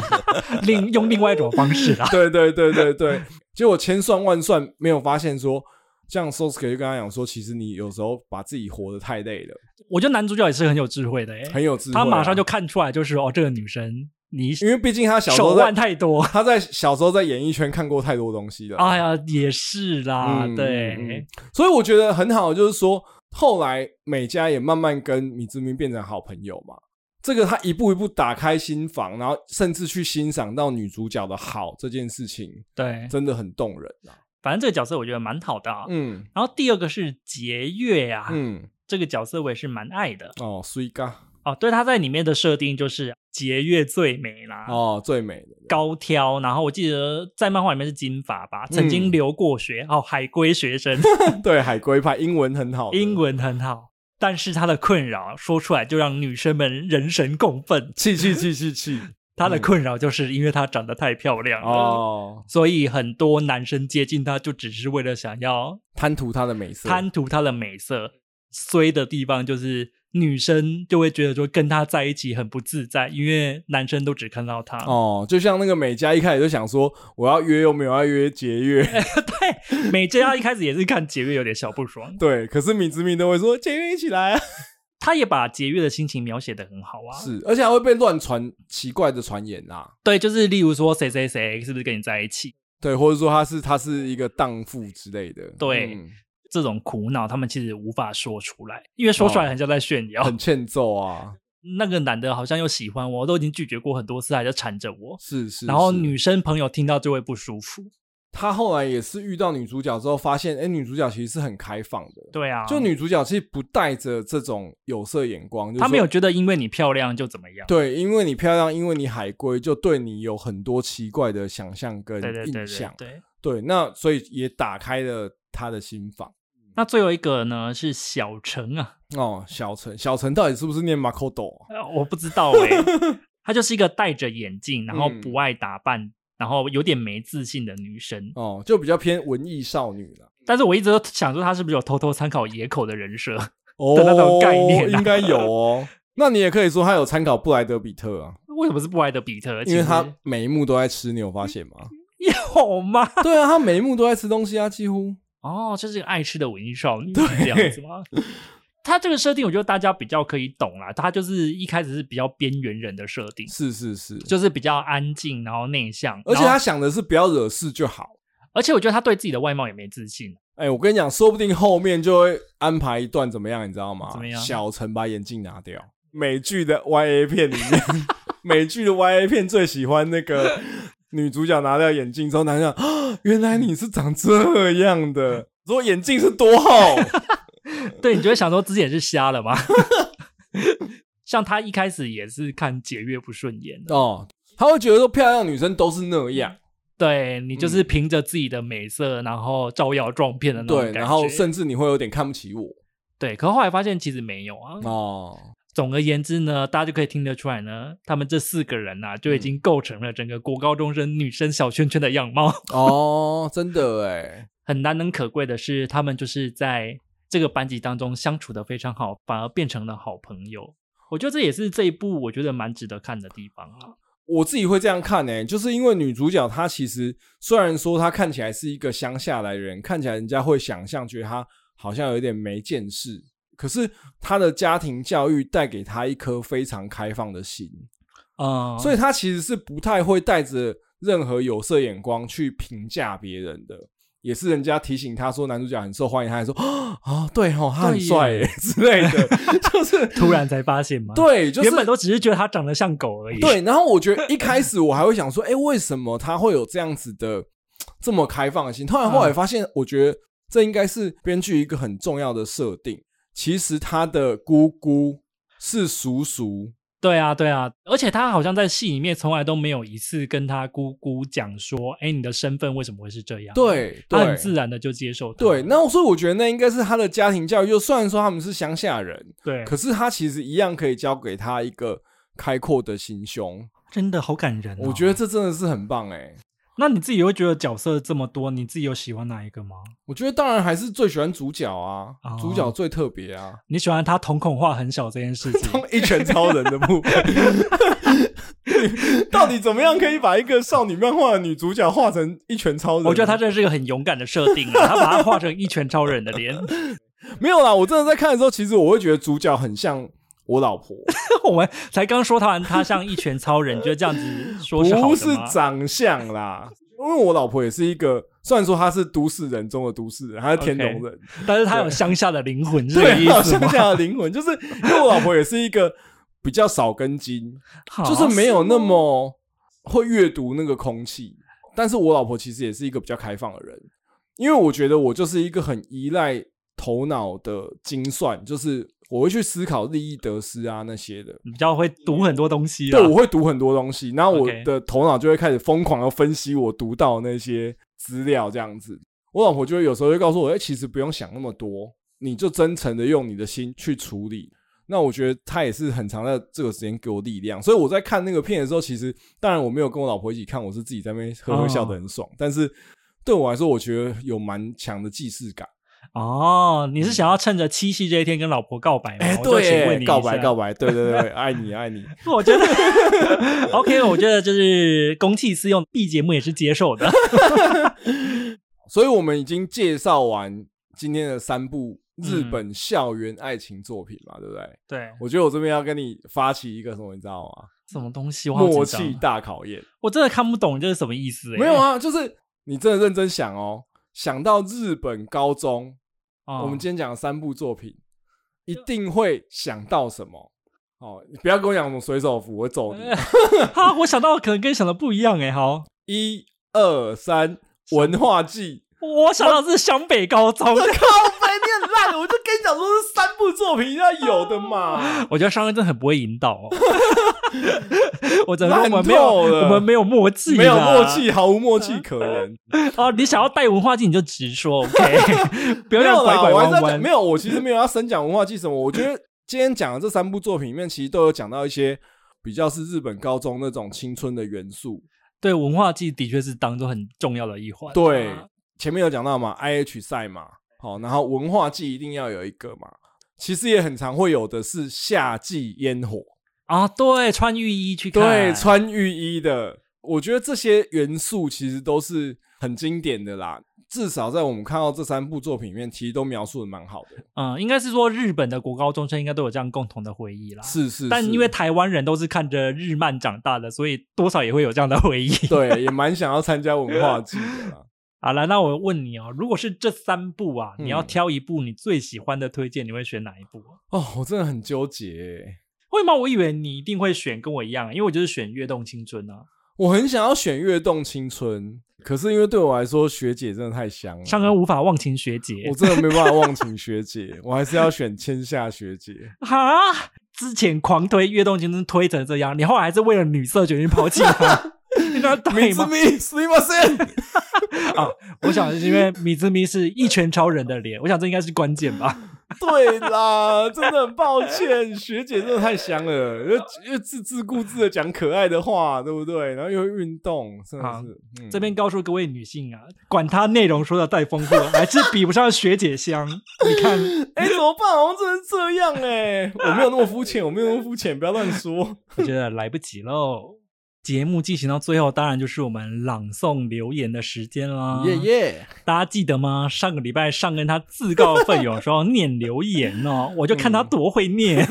Speaker 1: 另用另外一种方式啦。 (laughs)
Speaker 2: 对对对对对，结果千算万算没有发现说，像 Sosuke 就跟他讲说，其实你有时候把自己活得太累了，
Speaker 1: 我觉得男主角也是很有智慧的、欸，
Speaker 2: 很有智慧啊、
Speaker 1: 他马上就看出来，就是哦，这个女生你
Speaker 2: 因为毕竟他小时
Speaker 1: 手
Speaker 2: 候在
Speaker 1: 腕太多。
Speaker 2: 他在小时候在演艺圈看过太多东西了。
Speaker 1: 哎呀，也是啦，
Speaker 2: 嗯
Speaker 1: 对，
Speaker 2: 嗯嗯所以我觉得很好，就是说后来美嘉也慢慢跟米之明变成好朋友嘛。这个他一步一步打开心房，然后甚至去欣赏到女主角的好这件事情，
Speaker 1: 对，
Speaker 2: 真的很动人啊。
Speaker 1: 反正这个角色我觉得蛮好的、啊。
Speaker 2: 嗯
Speaker 1: 然后第二个是节月啊，
Speaker 2: 嗯，
Speaker 1: 这个角色我也是蛮爱的
Speaker 2: 哦，水嘎
Speaker 1: 哦。对，他在里面的设定就是节月最美啦，
Speaker 2: 哦，最美的
Speaker 1: 高挑，然后我记得在漫画里面是金发吧，曾
Speaker 2: 嗯
Speaker 1: 经留过学、哦，海归学生，
Speaker 2: (laughs) 对海龟派英文很好的，
Speaker 1: 英文很好，但是他的困扰说出来就让女生们人神共愤。
Speaker 2: 气气气气气
Speaker 1: (laughs) 他的困扰就是因为她长得太漂亮了。
Speaker 2: 哦，
Speaker 1: 所以很多男生接近她，就只是为了想要
Speaker 2: 贪图她的美色，
Speaker 1: 贪图她的美色。衰的地方就是女生就会觉得说跟她在一起很不自在，因为男生都只看到她。
Speaker 2: 哦，就像那个美嘉一开始就想说我要约又没有要约节约，
Speaker 1: (laughs) (laughs)
Speaker 2: (laughs)
Speaker 1: 对，美嘉一开始也是看节约有点小不爽，
Speaker 2: 对，可是米之明都会说节约一起来啊，
Speaker 1: (laughs) 她也把节约的心情描写的很好啊。
Speaker 2: 是，而且还会被乱传奇怪的传言啊啦、
Speaker 1: 对，就是例如说谁谁谁是不是跟你在一起，
Speaker 2: 对，或者说他是他是一个荡妇之类的，
Speaker 1: 对
Speaker 2: 嗯
Speaker 1: 这种苦恼他们其实无法说出来，因为说出来很像在炫耀。
Speaker 2: 哦很欠揍啊，
Speaker 1: 那个男的好像又喜欢我，都已经拒绝过很多次，还在缠着我。
Speaker 2: 是是。
Speaker 1: 然后
Speaker 2: 是
Speaker 1: 女生朋友听到就会不舒服。
Speaker 2: 他后来也是遇到女主角之后，发现哎、诶女主角其实是很开放的，
Speaker 1: 对啊，
Speaker 2: 就女主角其实不带着这种有色眼光，就是
Speaker 1: 她没
Speaker 2: 说
Speaker 1: 有觉得因为你漂亮就怎么样。
Speaker 2: 对，因为你漂亮，因为你海归，就对你有很多奇怪的想象跟
Speaker 1: 对对对
Speaker 2: 印
Speaker 1: 对
Speaker 2: 象，
Speaker 1: 对。
Speaker 2: 对，那所以也打开了他的心房。
Speaker 1: 那最后一个呢是小陈啊，
Speaker 2: 哦，小陈，小陈到底是不是念啊马 a r c
Speaker 1: 呃我不知道
Speaker 2: (laughs)
Speaker 1: 哎、她就是一个戴着眼镜，然后
Speaker 2: 嗯
Speaker 1: 不爱打扮，然后有点没自信的女生。
Speaker 2: 哦，就比较偏文艺少女了。
Speaker 1: 但是我一直都想说，她是不是有偷偷参考野口的人设？ (laughs)
Speaker 2: 哦，
Speaker 1: 的那种概念啊
Speaker 2: 应该有哦。那你也可以说他有参考布莱德比特啊，
Speaker 1: 为什么是布莱德比特？
Speaker 2: 因为
Speaker 1: 哎其 (laughs)
Speaker 2: 他每一幕都在吃，你有发现吗？ (laughs)
Speaker 1: 实有吗？
Speaker 2: 对啊，他每一幕都在吃东西啊，几乎。
Speaker 1: 哦，这是个爱吃的文艺少
Speaker 2: (laughs)
Speaker 1: 女，是这样子吗？她这个设定，我觉得大家比较可以懂啦。她就是一开始是比较边缘人的设定，
Speaker 2: 是是是，
Speaker 1: 就是比较安静，然后内向，
Speaker 2: 而且
Speaker 1: 然
Speaker 2: 他
Speaker 1: 后
Speaker 2: 想的是不要惹事就好。
Speaker 1: 而且我觉得她对自己的外貌也没自信。
Speaker 2: 哎、我跟你讲，说不定后面就会安排一段怎么样，你知道吗？
Speaker 1: 怎么样
Speaker 2: 小陈把眼镜拿掉，美剧的 Y A 片里面， (laughs) 美剧的 Y A 片最喜欢那
Speaker 1: (laughs)
Speaker 2: 个女主角拿掉眼镜之后，男主角、啊原来你是长这样的，说眼镜是
Speaker 1: (laughs)
Speaker 2: 多厚，
Speaker 1: 对，你就会想说自己也是瞎了吗？ (laughs) 像她一开始也是看解月不顺眼的，
Speaker 2: 哦，他会觉得说漂亮女生都是那样，
Speaker 1: 嗯对你就是
Speaker 2: 嗯
Speaker 1: 凭着自己的美色，然后招摇撞骗的那种
Speaker 2: 对，
Speaker 1: 感觉
Speaker 2: 然后甚至你会有点看不起我
Speaker 1: 对，可后来发现其实没有啊，
Speaker 2: 哦，
Speaker 1: 总而言之呢，大家就可以听得出来呢，他们这四个人呐、啊，
Speaker 2: 嗯
Speaker 1: 就已经构成了整个国高中生女生小圈圈的样貌。 (laughs)
Speaker 2: 哦，真的哎，
Speaker 1: 很难能可贵的是，他们就是在这个班级当中相处的非常好，反而变成了好朋友。我觉得这也是这一部我觉得蛮值得看的地方啊。
Speaker 2: 我自己会这样看呢、欸就是因为女主角她其实虽然说她看起来是一个乡下来人，看起来人家会想象觉得她好像有点没见识，可是她的家庭教育带给她一颗非常开放的心，
Speaker 1: 嗯，
Speaker 2: 所以她其实是不太会带着任何有色眼光去评价别人的。也是人家提醒她说男主角很受欢迎，她还说 (gasps) 啊、哦对哦，他很
Speaker 1: 对耶
Speaker 2: 帅耶 (laughs) 之类的，就是
Speaker 1: (laughs)
Speaker 2: (laughs)
Speaker 1: 突然才发现嘛，、
Speaker 2: 对，就是
Speaker 1: 原本都只是觉得他长得像狗而已。
Speaker 2: 对，然后我觉得一开始我还会想说，哎、为什么他会有这样子的这么开放的心？突然
Speaker 1: 嗯
Speaker 2: 后来发现，我觉得这应该是编剧一个很重要的设定。其实他的姑姑是叔叔，
Speaker 1: 对啊，对啊，而且他好像在戏里面从来都没有一次跟他姑姑讲说，哎，你的身份为什么会是这样？，
Speaker 2: 对
Speaker 1: 他很自
Speaker 2: 对
Speaker 1: 然的就接受他。
Speaker 2: 对。那所以我觉得那应该是他的家庭教育，就虽然说他们是乡下人，
Speaker 1: 对，
Speaker 2: 可是他其实一样可以教给他一个开阔的心胸。
Speaker 1: 真的好感人、哦。
Speaker 2: 我觉得这真的是很棒哎、
Speaker 1: 那你自己会觉得角色这么多，你自己有喜欢哪一个吗？
Speaker 2: 我觉得当然还是最喜欢主角啊，
Speaker 1: 哦
Speaker 2: 主角最特别啊，
Speaker 1: 你喜欢他瞳孔化很小这件
Speaker 2: (laughs)
Speaker 1: 事情？
Speaker 2: 一拳超人的部分。 (laughs) 到底怎么样可以把一个少女漫画的女主角画成一拳超人？
Speaker 1: 我觉得他真的是一个很勇敢的设定啊，他把它画成一拳超人的
Speaker 2: (laughs)
Speaker 1: 脸。
Speaker 2: 没有啦。我真的在看的时候，其实我会觉得主角很像我老婆，
Speaker 1: 我们才刚说他完，他像一拳超人，你觉得这样子说是好
Speaker 2: 不
Speaker 1: 的
Speaker 2: 是
Speaker 1: 吗？
Speaker 2: 长相啦。因为我老婆也是一个，虽然说她是都市人中的都市人，她是天龙人
Speaker 1: 但是他有乡下的灵魂，是这个
Speaker 2: 对，
Speaker 1: 意
Speaker 2: 她有
Speaker 1: 思
Speaker 2: 乡
Speaker 1: 吗？
Speaker 2: 下的灵魂， (laughs) 就是因为我老婆也是一个比较少根筋，
Speaker 1: 好哦
Speaker 2: 就是没有那么会阅读那个空气。但是我老婆其实也是一个比较开放的人，因为我觉得我就是一个很依赖头脑的精算，就是我会去思考利益得失啊那些的。
Speaker 1: 比较会读很多东西啦。啊
Speaker 2: 对，我会读很多东西，然后我
Speaker 1: OK
Speaker 2: 的头脑就会开始疯狂的分析我读到的那些资料，这样子。我老婆就会有时候会告诉我，哎、其实不用想那么多，你就真诚的用你的心去处理。那我觉得她也是很长的这个时间给我力量，所以我在看那个片的时候，其实当然我没有跟我老婆一起看，我是自己在那边呵呵笑得很爽，
Speaker 1: 嗯
Speaker 2: 但是对我来说，我觉得有蛮强的既视感。
Speaker 1: 哦，你是想要趁着七夕这一天跟老婆告白吗？哎我就请问你
Speaker 2: 告白告
Speaker 1: 白。
Speaker 2: 白，哎对对对，爱你爱你。
Speaker 1: 我觉得
Speaker 2: (laughs)
Speaker 1: OK，我觉得就是公器私用，B 节目也是接受的。
Speaker 2: 所以我们已经介绍完今天的三部日本校园爱情作品嘛，对不 (laughs) 对？
Speaker 1: 对，
Speaker 2: 我觉得我这边要跟你发起一个什么，你知道吗？
Speaker 1: 什么东西？我好紧
Speaker 2: 默
Speaker 1: 张
Speaker 2: 契大考验。
Speaker 1: 我真的看不懂这是什么意思、欸。
Speaker 2: 没有啊，就是你真的认真想哦，想到日本高中，
Speaker 1: 哦，
Speaker 2: 我们今天讲的三部作品，一定会想到什么？哦，你不要跟我讲什么水手服，我会 (laughs) 揍你。
Speaker 1: 哈，我想到可能跟你想的不一样哎、好，
Speaker 2: 一二三，文化祭。
Speaker 1: 我想到是湘北高
Speaker 2: (laughs)
Speaker 1: 中。
Speaker 2: 靠背，你很烂，我就跟你讲说是三部作品要有的嘛。
Speaker 1: 我觉得商恩真的很不会引导
Speaker 2: (laughs)
Speaker 1: 哦，我真的我
Speaker 2: 烂
Speaker 1: 们没有
Speaker 2: 透了
Speaker 1: 我们没有默契，
Speaker 2: 没有默。契，毫无默契
Speaker 1: (laughs)
Speaker 2: 可言。
Speaker 1: 哦，你想要带文化进你就直说，OK，不要
Speaker 2: 没
Speaker 1: 让
Speaker 2: 有
Speaker 1: 拐
Speaker 2: 啦，
Speaker 1: 拐
Speaker 2: 我还
Speaker 1: 弯
Speaker 2: 是要讲，
Speaker 1: 弯
Speaker 2: 没。有，我其实没有要深讲文化祭什么。我觉得今天讲的这三部作品里面，其实都有讲到一些比较是日本高中那种青春的元素。
Speaker 1: 对，文化祭的确是当中很重要的一环。啊
Speaker 2: 对，前面有讲到嘛，I H 赛嘛，好，然后文化祭一定要有一个嘛。其实也很常会有的是夏季烟火，
Speaker 1: 啊，对，穿浴衣去看，
Speaker 2: 对，穿浴衣的，我觉得这些元素其实都是很经典的啦。至少在我们看到这三部作品里面，其实都描述的蛮好的。
Speaker 1: 嗯，应该是说日本的国高中生应该都有这样共同的回忆啦。
Speaker 2: 是是，
Speaker 1: 但
Speaker 2: 是
Speaker 1: 因为台湾人都是看着日漫长大的，所以多少也会有这样的回忆。 (laughs)
Speaker 2: 对，也蛮想要参加文化祭的啦。
Speaker 1: 好了，那我问你哦，如果是这三部啊，
Speaker 2: 嗯
Speaker 1: 你要挑一部你最喜欢的推荐，你会选哪一部？啊
Speaker 2: 哦，我真的很纠结，
Speaker 1: 会吗？我以为你一定会选跟我一样，因为我就是选《跃动青春》啊。
Speaker 2: 我很想要选《跃动青春》，可是因为对我来说，学姐真的太香了，
Speaker 1: 上恩无法忘情学姐
Speaker 2: 我真的没办法忘情学姐，我还是要选千夏学姐。
Speaker 1: 哈，之前狂推《跃动青春》推成这样，你后来还是为了女色决定抛弃
Speaker 2: (laughs)
Speaker 1: 她，你那对吗？
Speaker 2: me, s m e
Speaker 1: 啊，我想是因为米兹咪是一拳超人的脸，我想这应该是关键吧。
Speaker 2: 对啦，真的很抱歉，学姐真的太香了，又又自自顾自的讲可爱的话，对不对？然后又会运动，真的
Speaker 1: 好
Speaker 2: 是、嗯、
Speaker 1: 这边告诉各位女性啊，管她内容说的再丰富，还是比不上学姐 (laughs) 香。你看，
Speaker 2: (laughs) 哎、怎么办？好像真的是这样哎、我没有那么肤浅，我没有那么肤浅，不要乱说。
Speaker 1: 我觉得来不及喽。节目进行到最后，当然就是我们朗诵留言的时间啦。
Speaker 2: (laughs) 耶！
Speaker 1: 大家记得吗？上个礼拜上恩他自告奋勇说要念留言哦，我就看他多会念，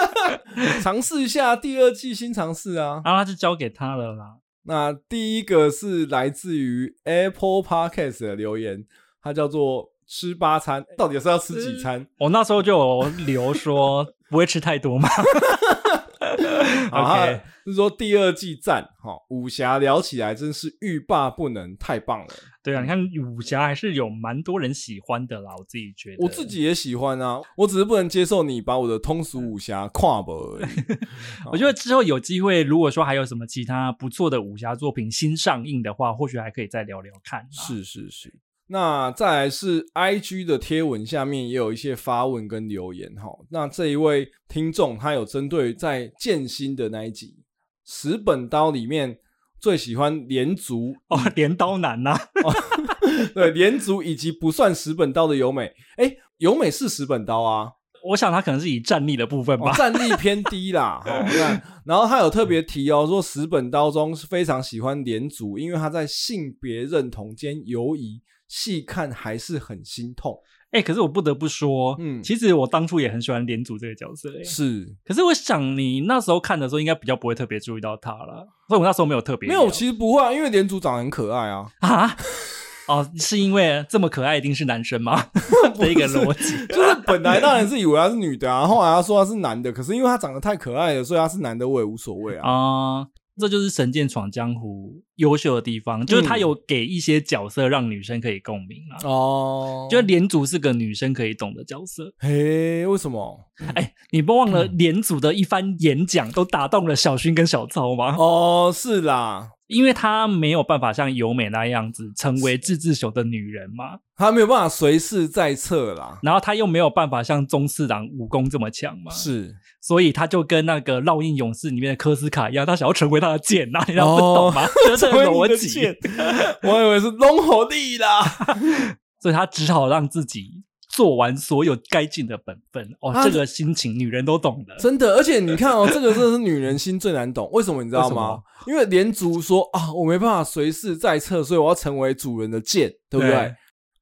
Speaker 2: (laughs) 嗯尝试一下第二季新尝试啊。
Speaker 1: (laughs) 然后他就交给他了啦。
Speaker 2: 那第一个是来自于 Apple Podcast 的留言，它叫做“吃八餐”，到底是要吃几 (laughs) 餐？
Speaker 1: 我那时候就有留说不会吃太多嘛。
Speaker 2: 啊，
Speaker 1: OK，
Speaker 2: 是说第二季赞哈，武侠聊起来真是欲罢不能，太棒了！
Speaker 1: (laughs) 对啊，你看武侠还是有蛮多人喜欢的啦，我自己觉得。
Speaker 2: 我自己也喜欢啊，我只是不能接受你把我的通俗武侠跨博而已。
Speaker 1: 我觉得之后有机会，如果说还有什么其他不错的武侠作品新上映的话，或许还可以再聊聊看啦。
Speaker 2: 是是是。那再来是 I G 的贴文下面也有一些发问跟留言哈。那这一位听众他有针对在剑心的那一集十本刀里面最喜欢连族
Speaker 1: 哦，镰刀男
Speaker 2: (laughs)
Speaker 1: 呐、
Speaker 2: 对连族以及不算十本刀的由美，哎，由美是十本刀啊，
Speaker 1: 我想他可能是以战力的部分
Speaker 2: 哦
Speaker 1: 吧。
Speaker 2: 战力偏低啦。哦、那然后他有特别提哦，说十本刀中是非常喜欢连族，因为他在性别认同间犹疑，细看还是很心痛。
Speaker 1: 哎、可是我不得不说，
Speaker 2: 嗯
Speaker 1: 其实我当初也很喜欢连祖这个角色、哎，
Speaker 2: 是
Speaker 1: 可是我想你那时候看的时候，应该比较不会特别注意到他了，所以我那时候没有特别
Speaker 2: 没有，
Speaker 1: 聊
Speaker 2: 其实不会啊，因为连族长得很可爱啊。 (laughs)
Speaker 1: 啊。 (laughs) 哦，是因为这么可爱一定是男生吗？ (laughs) 的一个逻辑，
Speaker 2: (laughs) 就是本来当然是以为他是女的啊，后来他说他是男的，可是因为他长得太可爱了，所以他是男的我也无所谓啊。
Speaker 1: 啊、这就是《神剑闯江湖》优秀的地方，就是他有给一些角色让女生可以共鸣啊。
Speaker 2: 嗯哦
Speaker 1: 就是连祖是个女生可以懂的角色，
Speaker 2: 嘿，为什么？
Speaker 1: 哎、你不忘了
Speaker 2: 嗯
Speaker 1: 连祖的一番演讲都打动了小薰跟小昭吗？
Speaker 2: 哦，是啦，
Speaker 1: 因为她没有办法像由美那样子成为自治雄的女人嘛，
Speaker 2: 他没有办法随事在侧啦。
Speaker 1: 然后她又没有办法像宗次郎武功这么强嘛，
Speaker 2: 是，
Speaker 1: 所以她就跟那个烙印勇士里面的科斯卡一样，她想要成为他的剑呐、啊，你知道不懂
Speaker 2: 哦
Speaker 1: 吗？ (laughs) 就是这个逻辑，
Speaker 2: (laughs) 我以为是龙火力啦。
Speaker 1: 所以她只好让自己做完所有该尽的本分。哦，
Speaker 2: 啊
Speaker 1: 这个心情女人都懂 (laughs) 的。
Speaker 2: 真的，而且你看哦，这个真的是女人心最难懂，为什么你知道
Speaker 1: 为什
Speaker 2: 吗
Speaker 1: 么？
Speaker 2: 因为连族说啊，我没办法随事在侧，所以我要成为主人的剑，对不对？
Speaker 1: 对嗯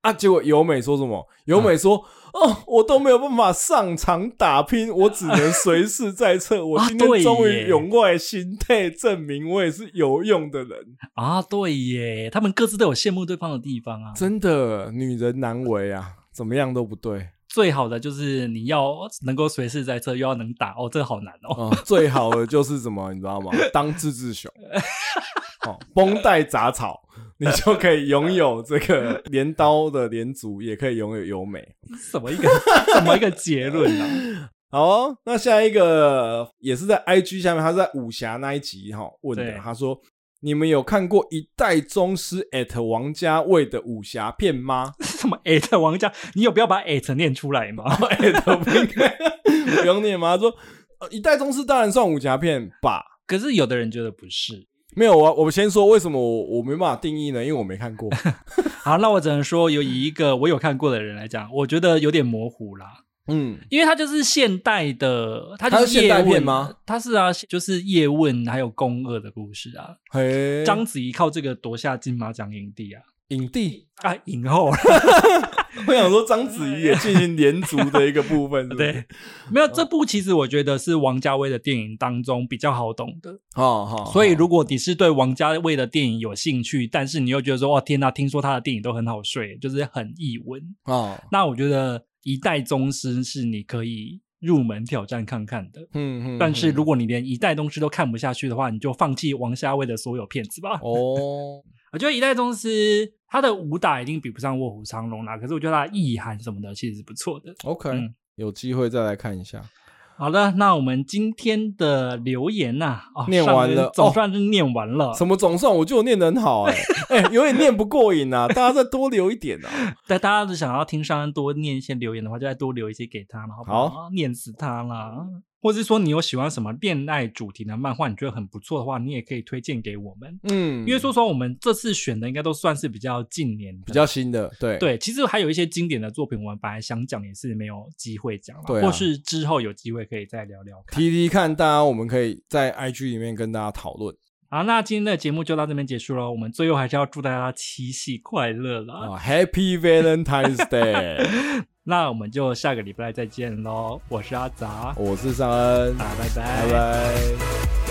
Speaker 2: 啊，结果由美说什么？由美说。哦，我都没有办法上场
Speaker 1: (laughs)
Speaker 2: 打拼，我只能随事在侧。我今
Speaker 1: 啊对
Speaker 2: 天
Speaker 1: 耶
Speaker 2: 终于涌过来心态，证明我也是有用的人。
Speaker 1: 啊，对耶，他们各自都有羡慕对方的地方啊。
Speaker 2: 真的，女人难为啊，怎么样都不对
Speaker 1: 最好的就是你要能够随时在这，又要能打哦，这个好难哦。 (laughs)
Speaker 2: 哦。最好的就是什么，你知道吗？当自治熊，哦，绷带杂草，你就可以拥有这个镰刀的镰足，也可以拥有优美。
Speaker 1: 什么一个什么一个结论啊？ (laughs)
Speaker 2: 好、哦，那下一个也是在 IG 下面，他是在武侠那一集哈、问的
Speaker 1: 对，
Speaker 2: 他说。你们有看过一代宗师 at 王家卫的武侠片吗
Speaker 1: 什么 at 王家？你有必要把 at 念出来吗？ (laughs)
Speaker 2: ？at 哎不应该不用念吗？他说呃一代宗师当然算武侠片吧，
Speaker 1: 可是有的人觉得不是。
Speaker 2: 没有啊，我们先说为什么我我没办法定义呢？因为我没看过。
Speaker 1: 好，那我只能说，有以一个我有看过的人来讲，我觉得有点模糊啦，
Speaker 2: 嗯，
Speaker 1: 因为它就是现代的，它
Speaker 2: 它
Speaker 1: 就是是
Speaker 2: 现
Speaker 1: 叶
Speaker 2: 代
Speaker 1: 问
Speaker 2: 片吗？
Speaker 1: 它是啊，就是叶问还有宫二的故事啊。
Speaker 2: 嘿，
Speaker 1: 章子怡靠这个夺下金马奖影帝啊
Speaker 2: 影帝，
Speaker 1: 啊影后啦
Speaker 2: (laughs) 我想说章子怡也进行连足的一个部分，是不是
Speaker 1: 对，，没有这部其实我觉得是王家卫的电影当中比较好懂的，
Speaker 2: 好好，
Speaker 1: 所以，
Speaker 2: 好
Speaker 1: 如果你是对王家卫的电影有兴趣，但是你又觉得说，哇，天呐，听说他的电影都很好睡，就是很译文，
Speaker 2: 哦，
Speaker 1: 那我觉得《一代宗师》是你可以入门挑战看看的。
Speaker 2: 嗯嗯，
Speaker 1: 但是
Speaker 2: 嗯
Speaker 1: 如果你连《一代宗师》都看不下去的话，你就放弃王家卫的所有片子吧。
Speaker 2: 哦，
Speaker 1: 我觉得《一代宗师》他的武打一定比不上《卧虎藏龙》啦，可是我觉得他的意涵什么的其实是不错的。(laughs)
Speaker 2: OK，、
Speaker 1: 嗯
Speaker 2: 有机会再来看一下。
Speaker 1: 好了，那我们今天的留言呐、啊，
Speaker 2: 念
Speaker 1: 上
Speaker 2: 完
Speaker 1: 面
Speaker 2: 了哦
Speaker 1: 总算是念完了。
Speaker 2: 什么总算我就念得很好哎、
Speaker 1: (laughs)
Speaker 2: 哎、有点念不过瘾啊，大家再多留一点
Speaker 1: (laughs)
Speaker 2: 啊。
Speaker 1: 但大家想要听上恩多念一些留言的话，就再多留一些给他，然后
Speaker 2: 好
Speaker 1: 念死他啦。或是说你有喜欢什么恋爱主题的漫画，你觉得很不错的话，你也可以推荐给我们。
Speaker 2: 嗯，
Speaker 1: 因为说实话，我们这次选的应该都算是比较近年的
Speaker 2: 比较新的，对，
Speaker 1: 对。其实还有一些经典的作品，我们本来想讲也是没有机会讲啦，
Speaker 2: 对啊
Speaker 1: 或是之后有机会可以再聊聊看。
Speaker 2: 提提看，大家我们可以在 IG 里面跟大家讨论
Speaker 1: 好，那今天的节目就到这边结束了。我们最后还是要祝大家七夕快乐啦。
Speaker 2: 啊。Happy Valentine's Day。 (laughs)
Speaker 1: 那我们就下
Speaker 2: 哦
Speaker 1: 个礼拜再见喽。我是阿杂，
Speaker 2: 我是尚恩，
Speaker 1: 啊，拜
Speaker 2: 拜拜。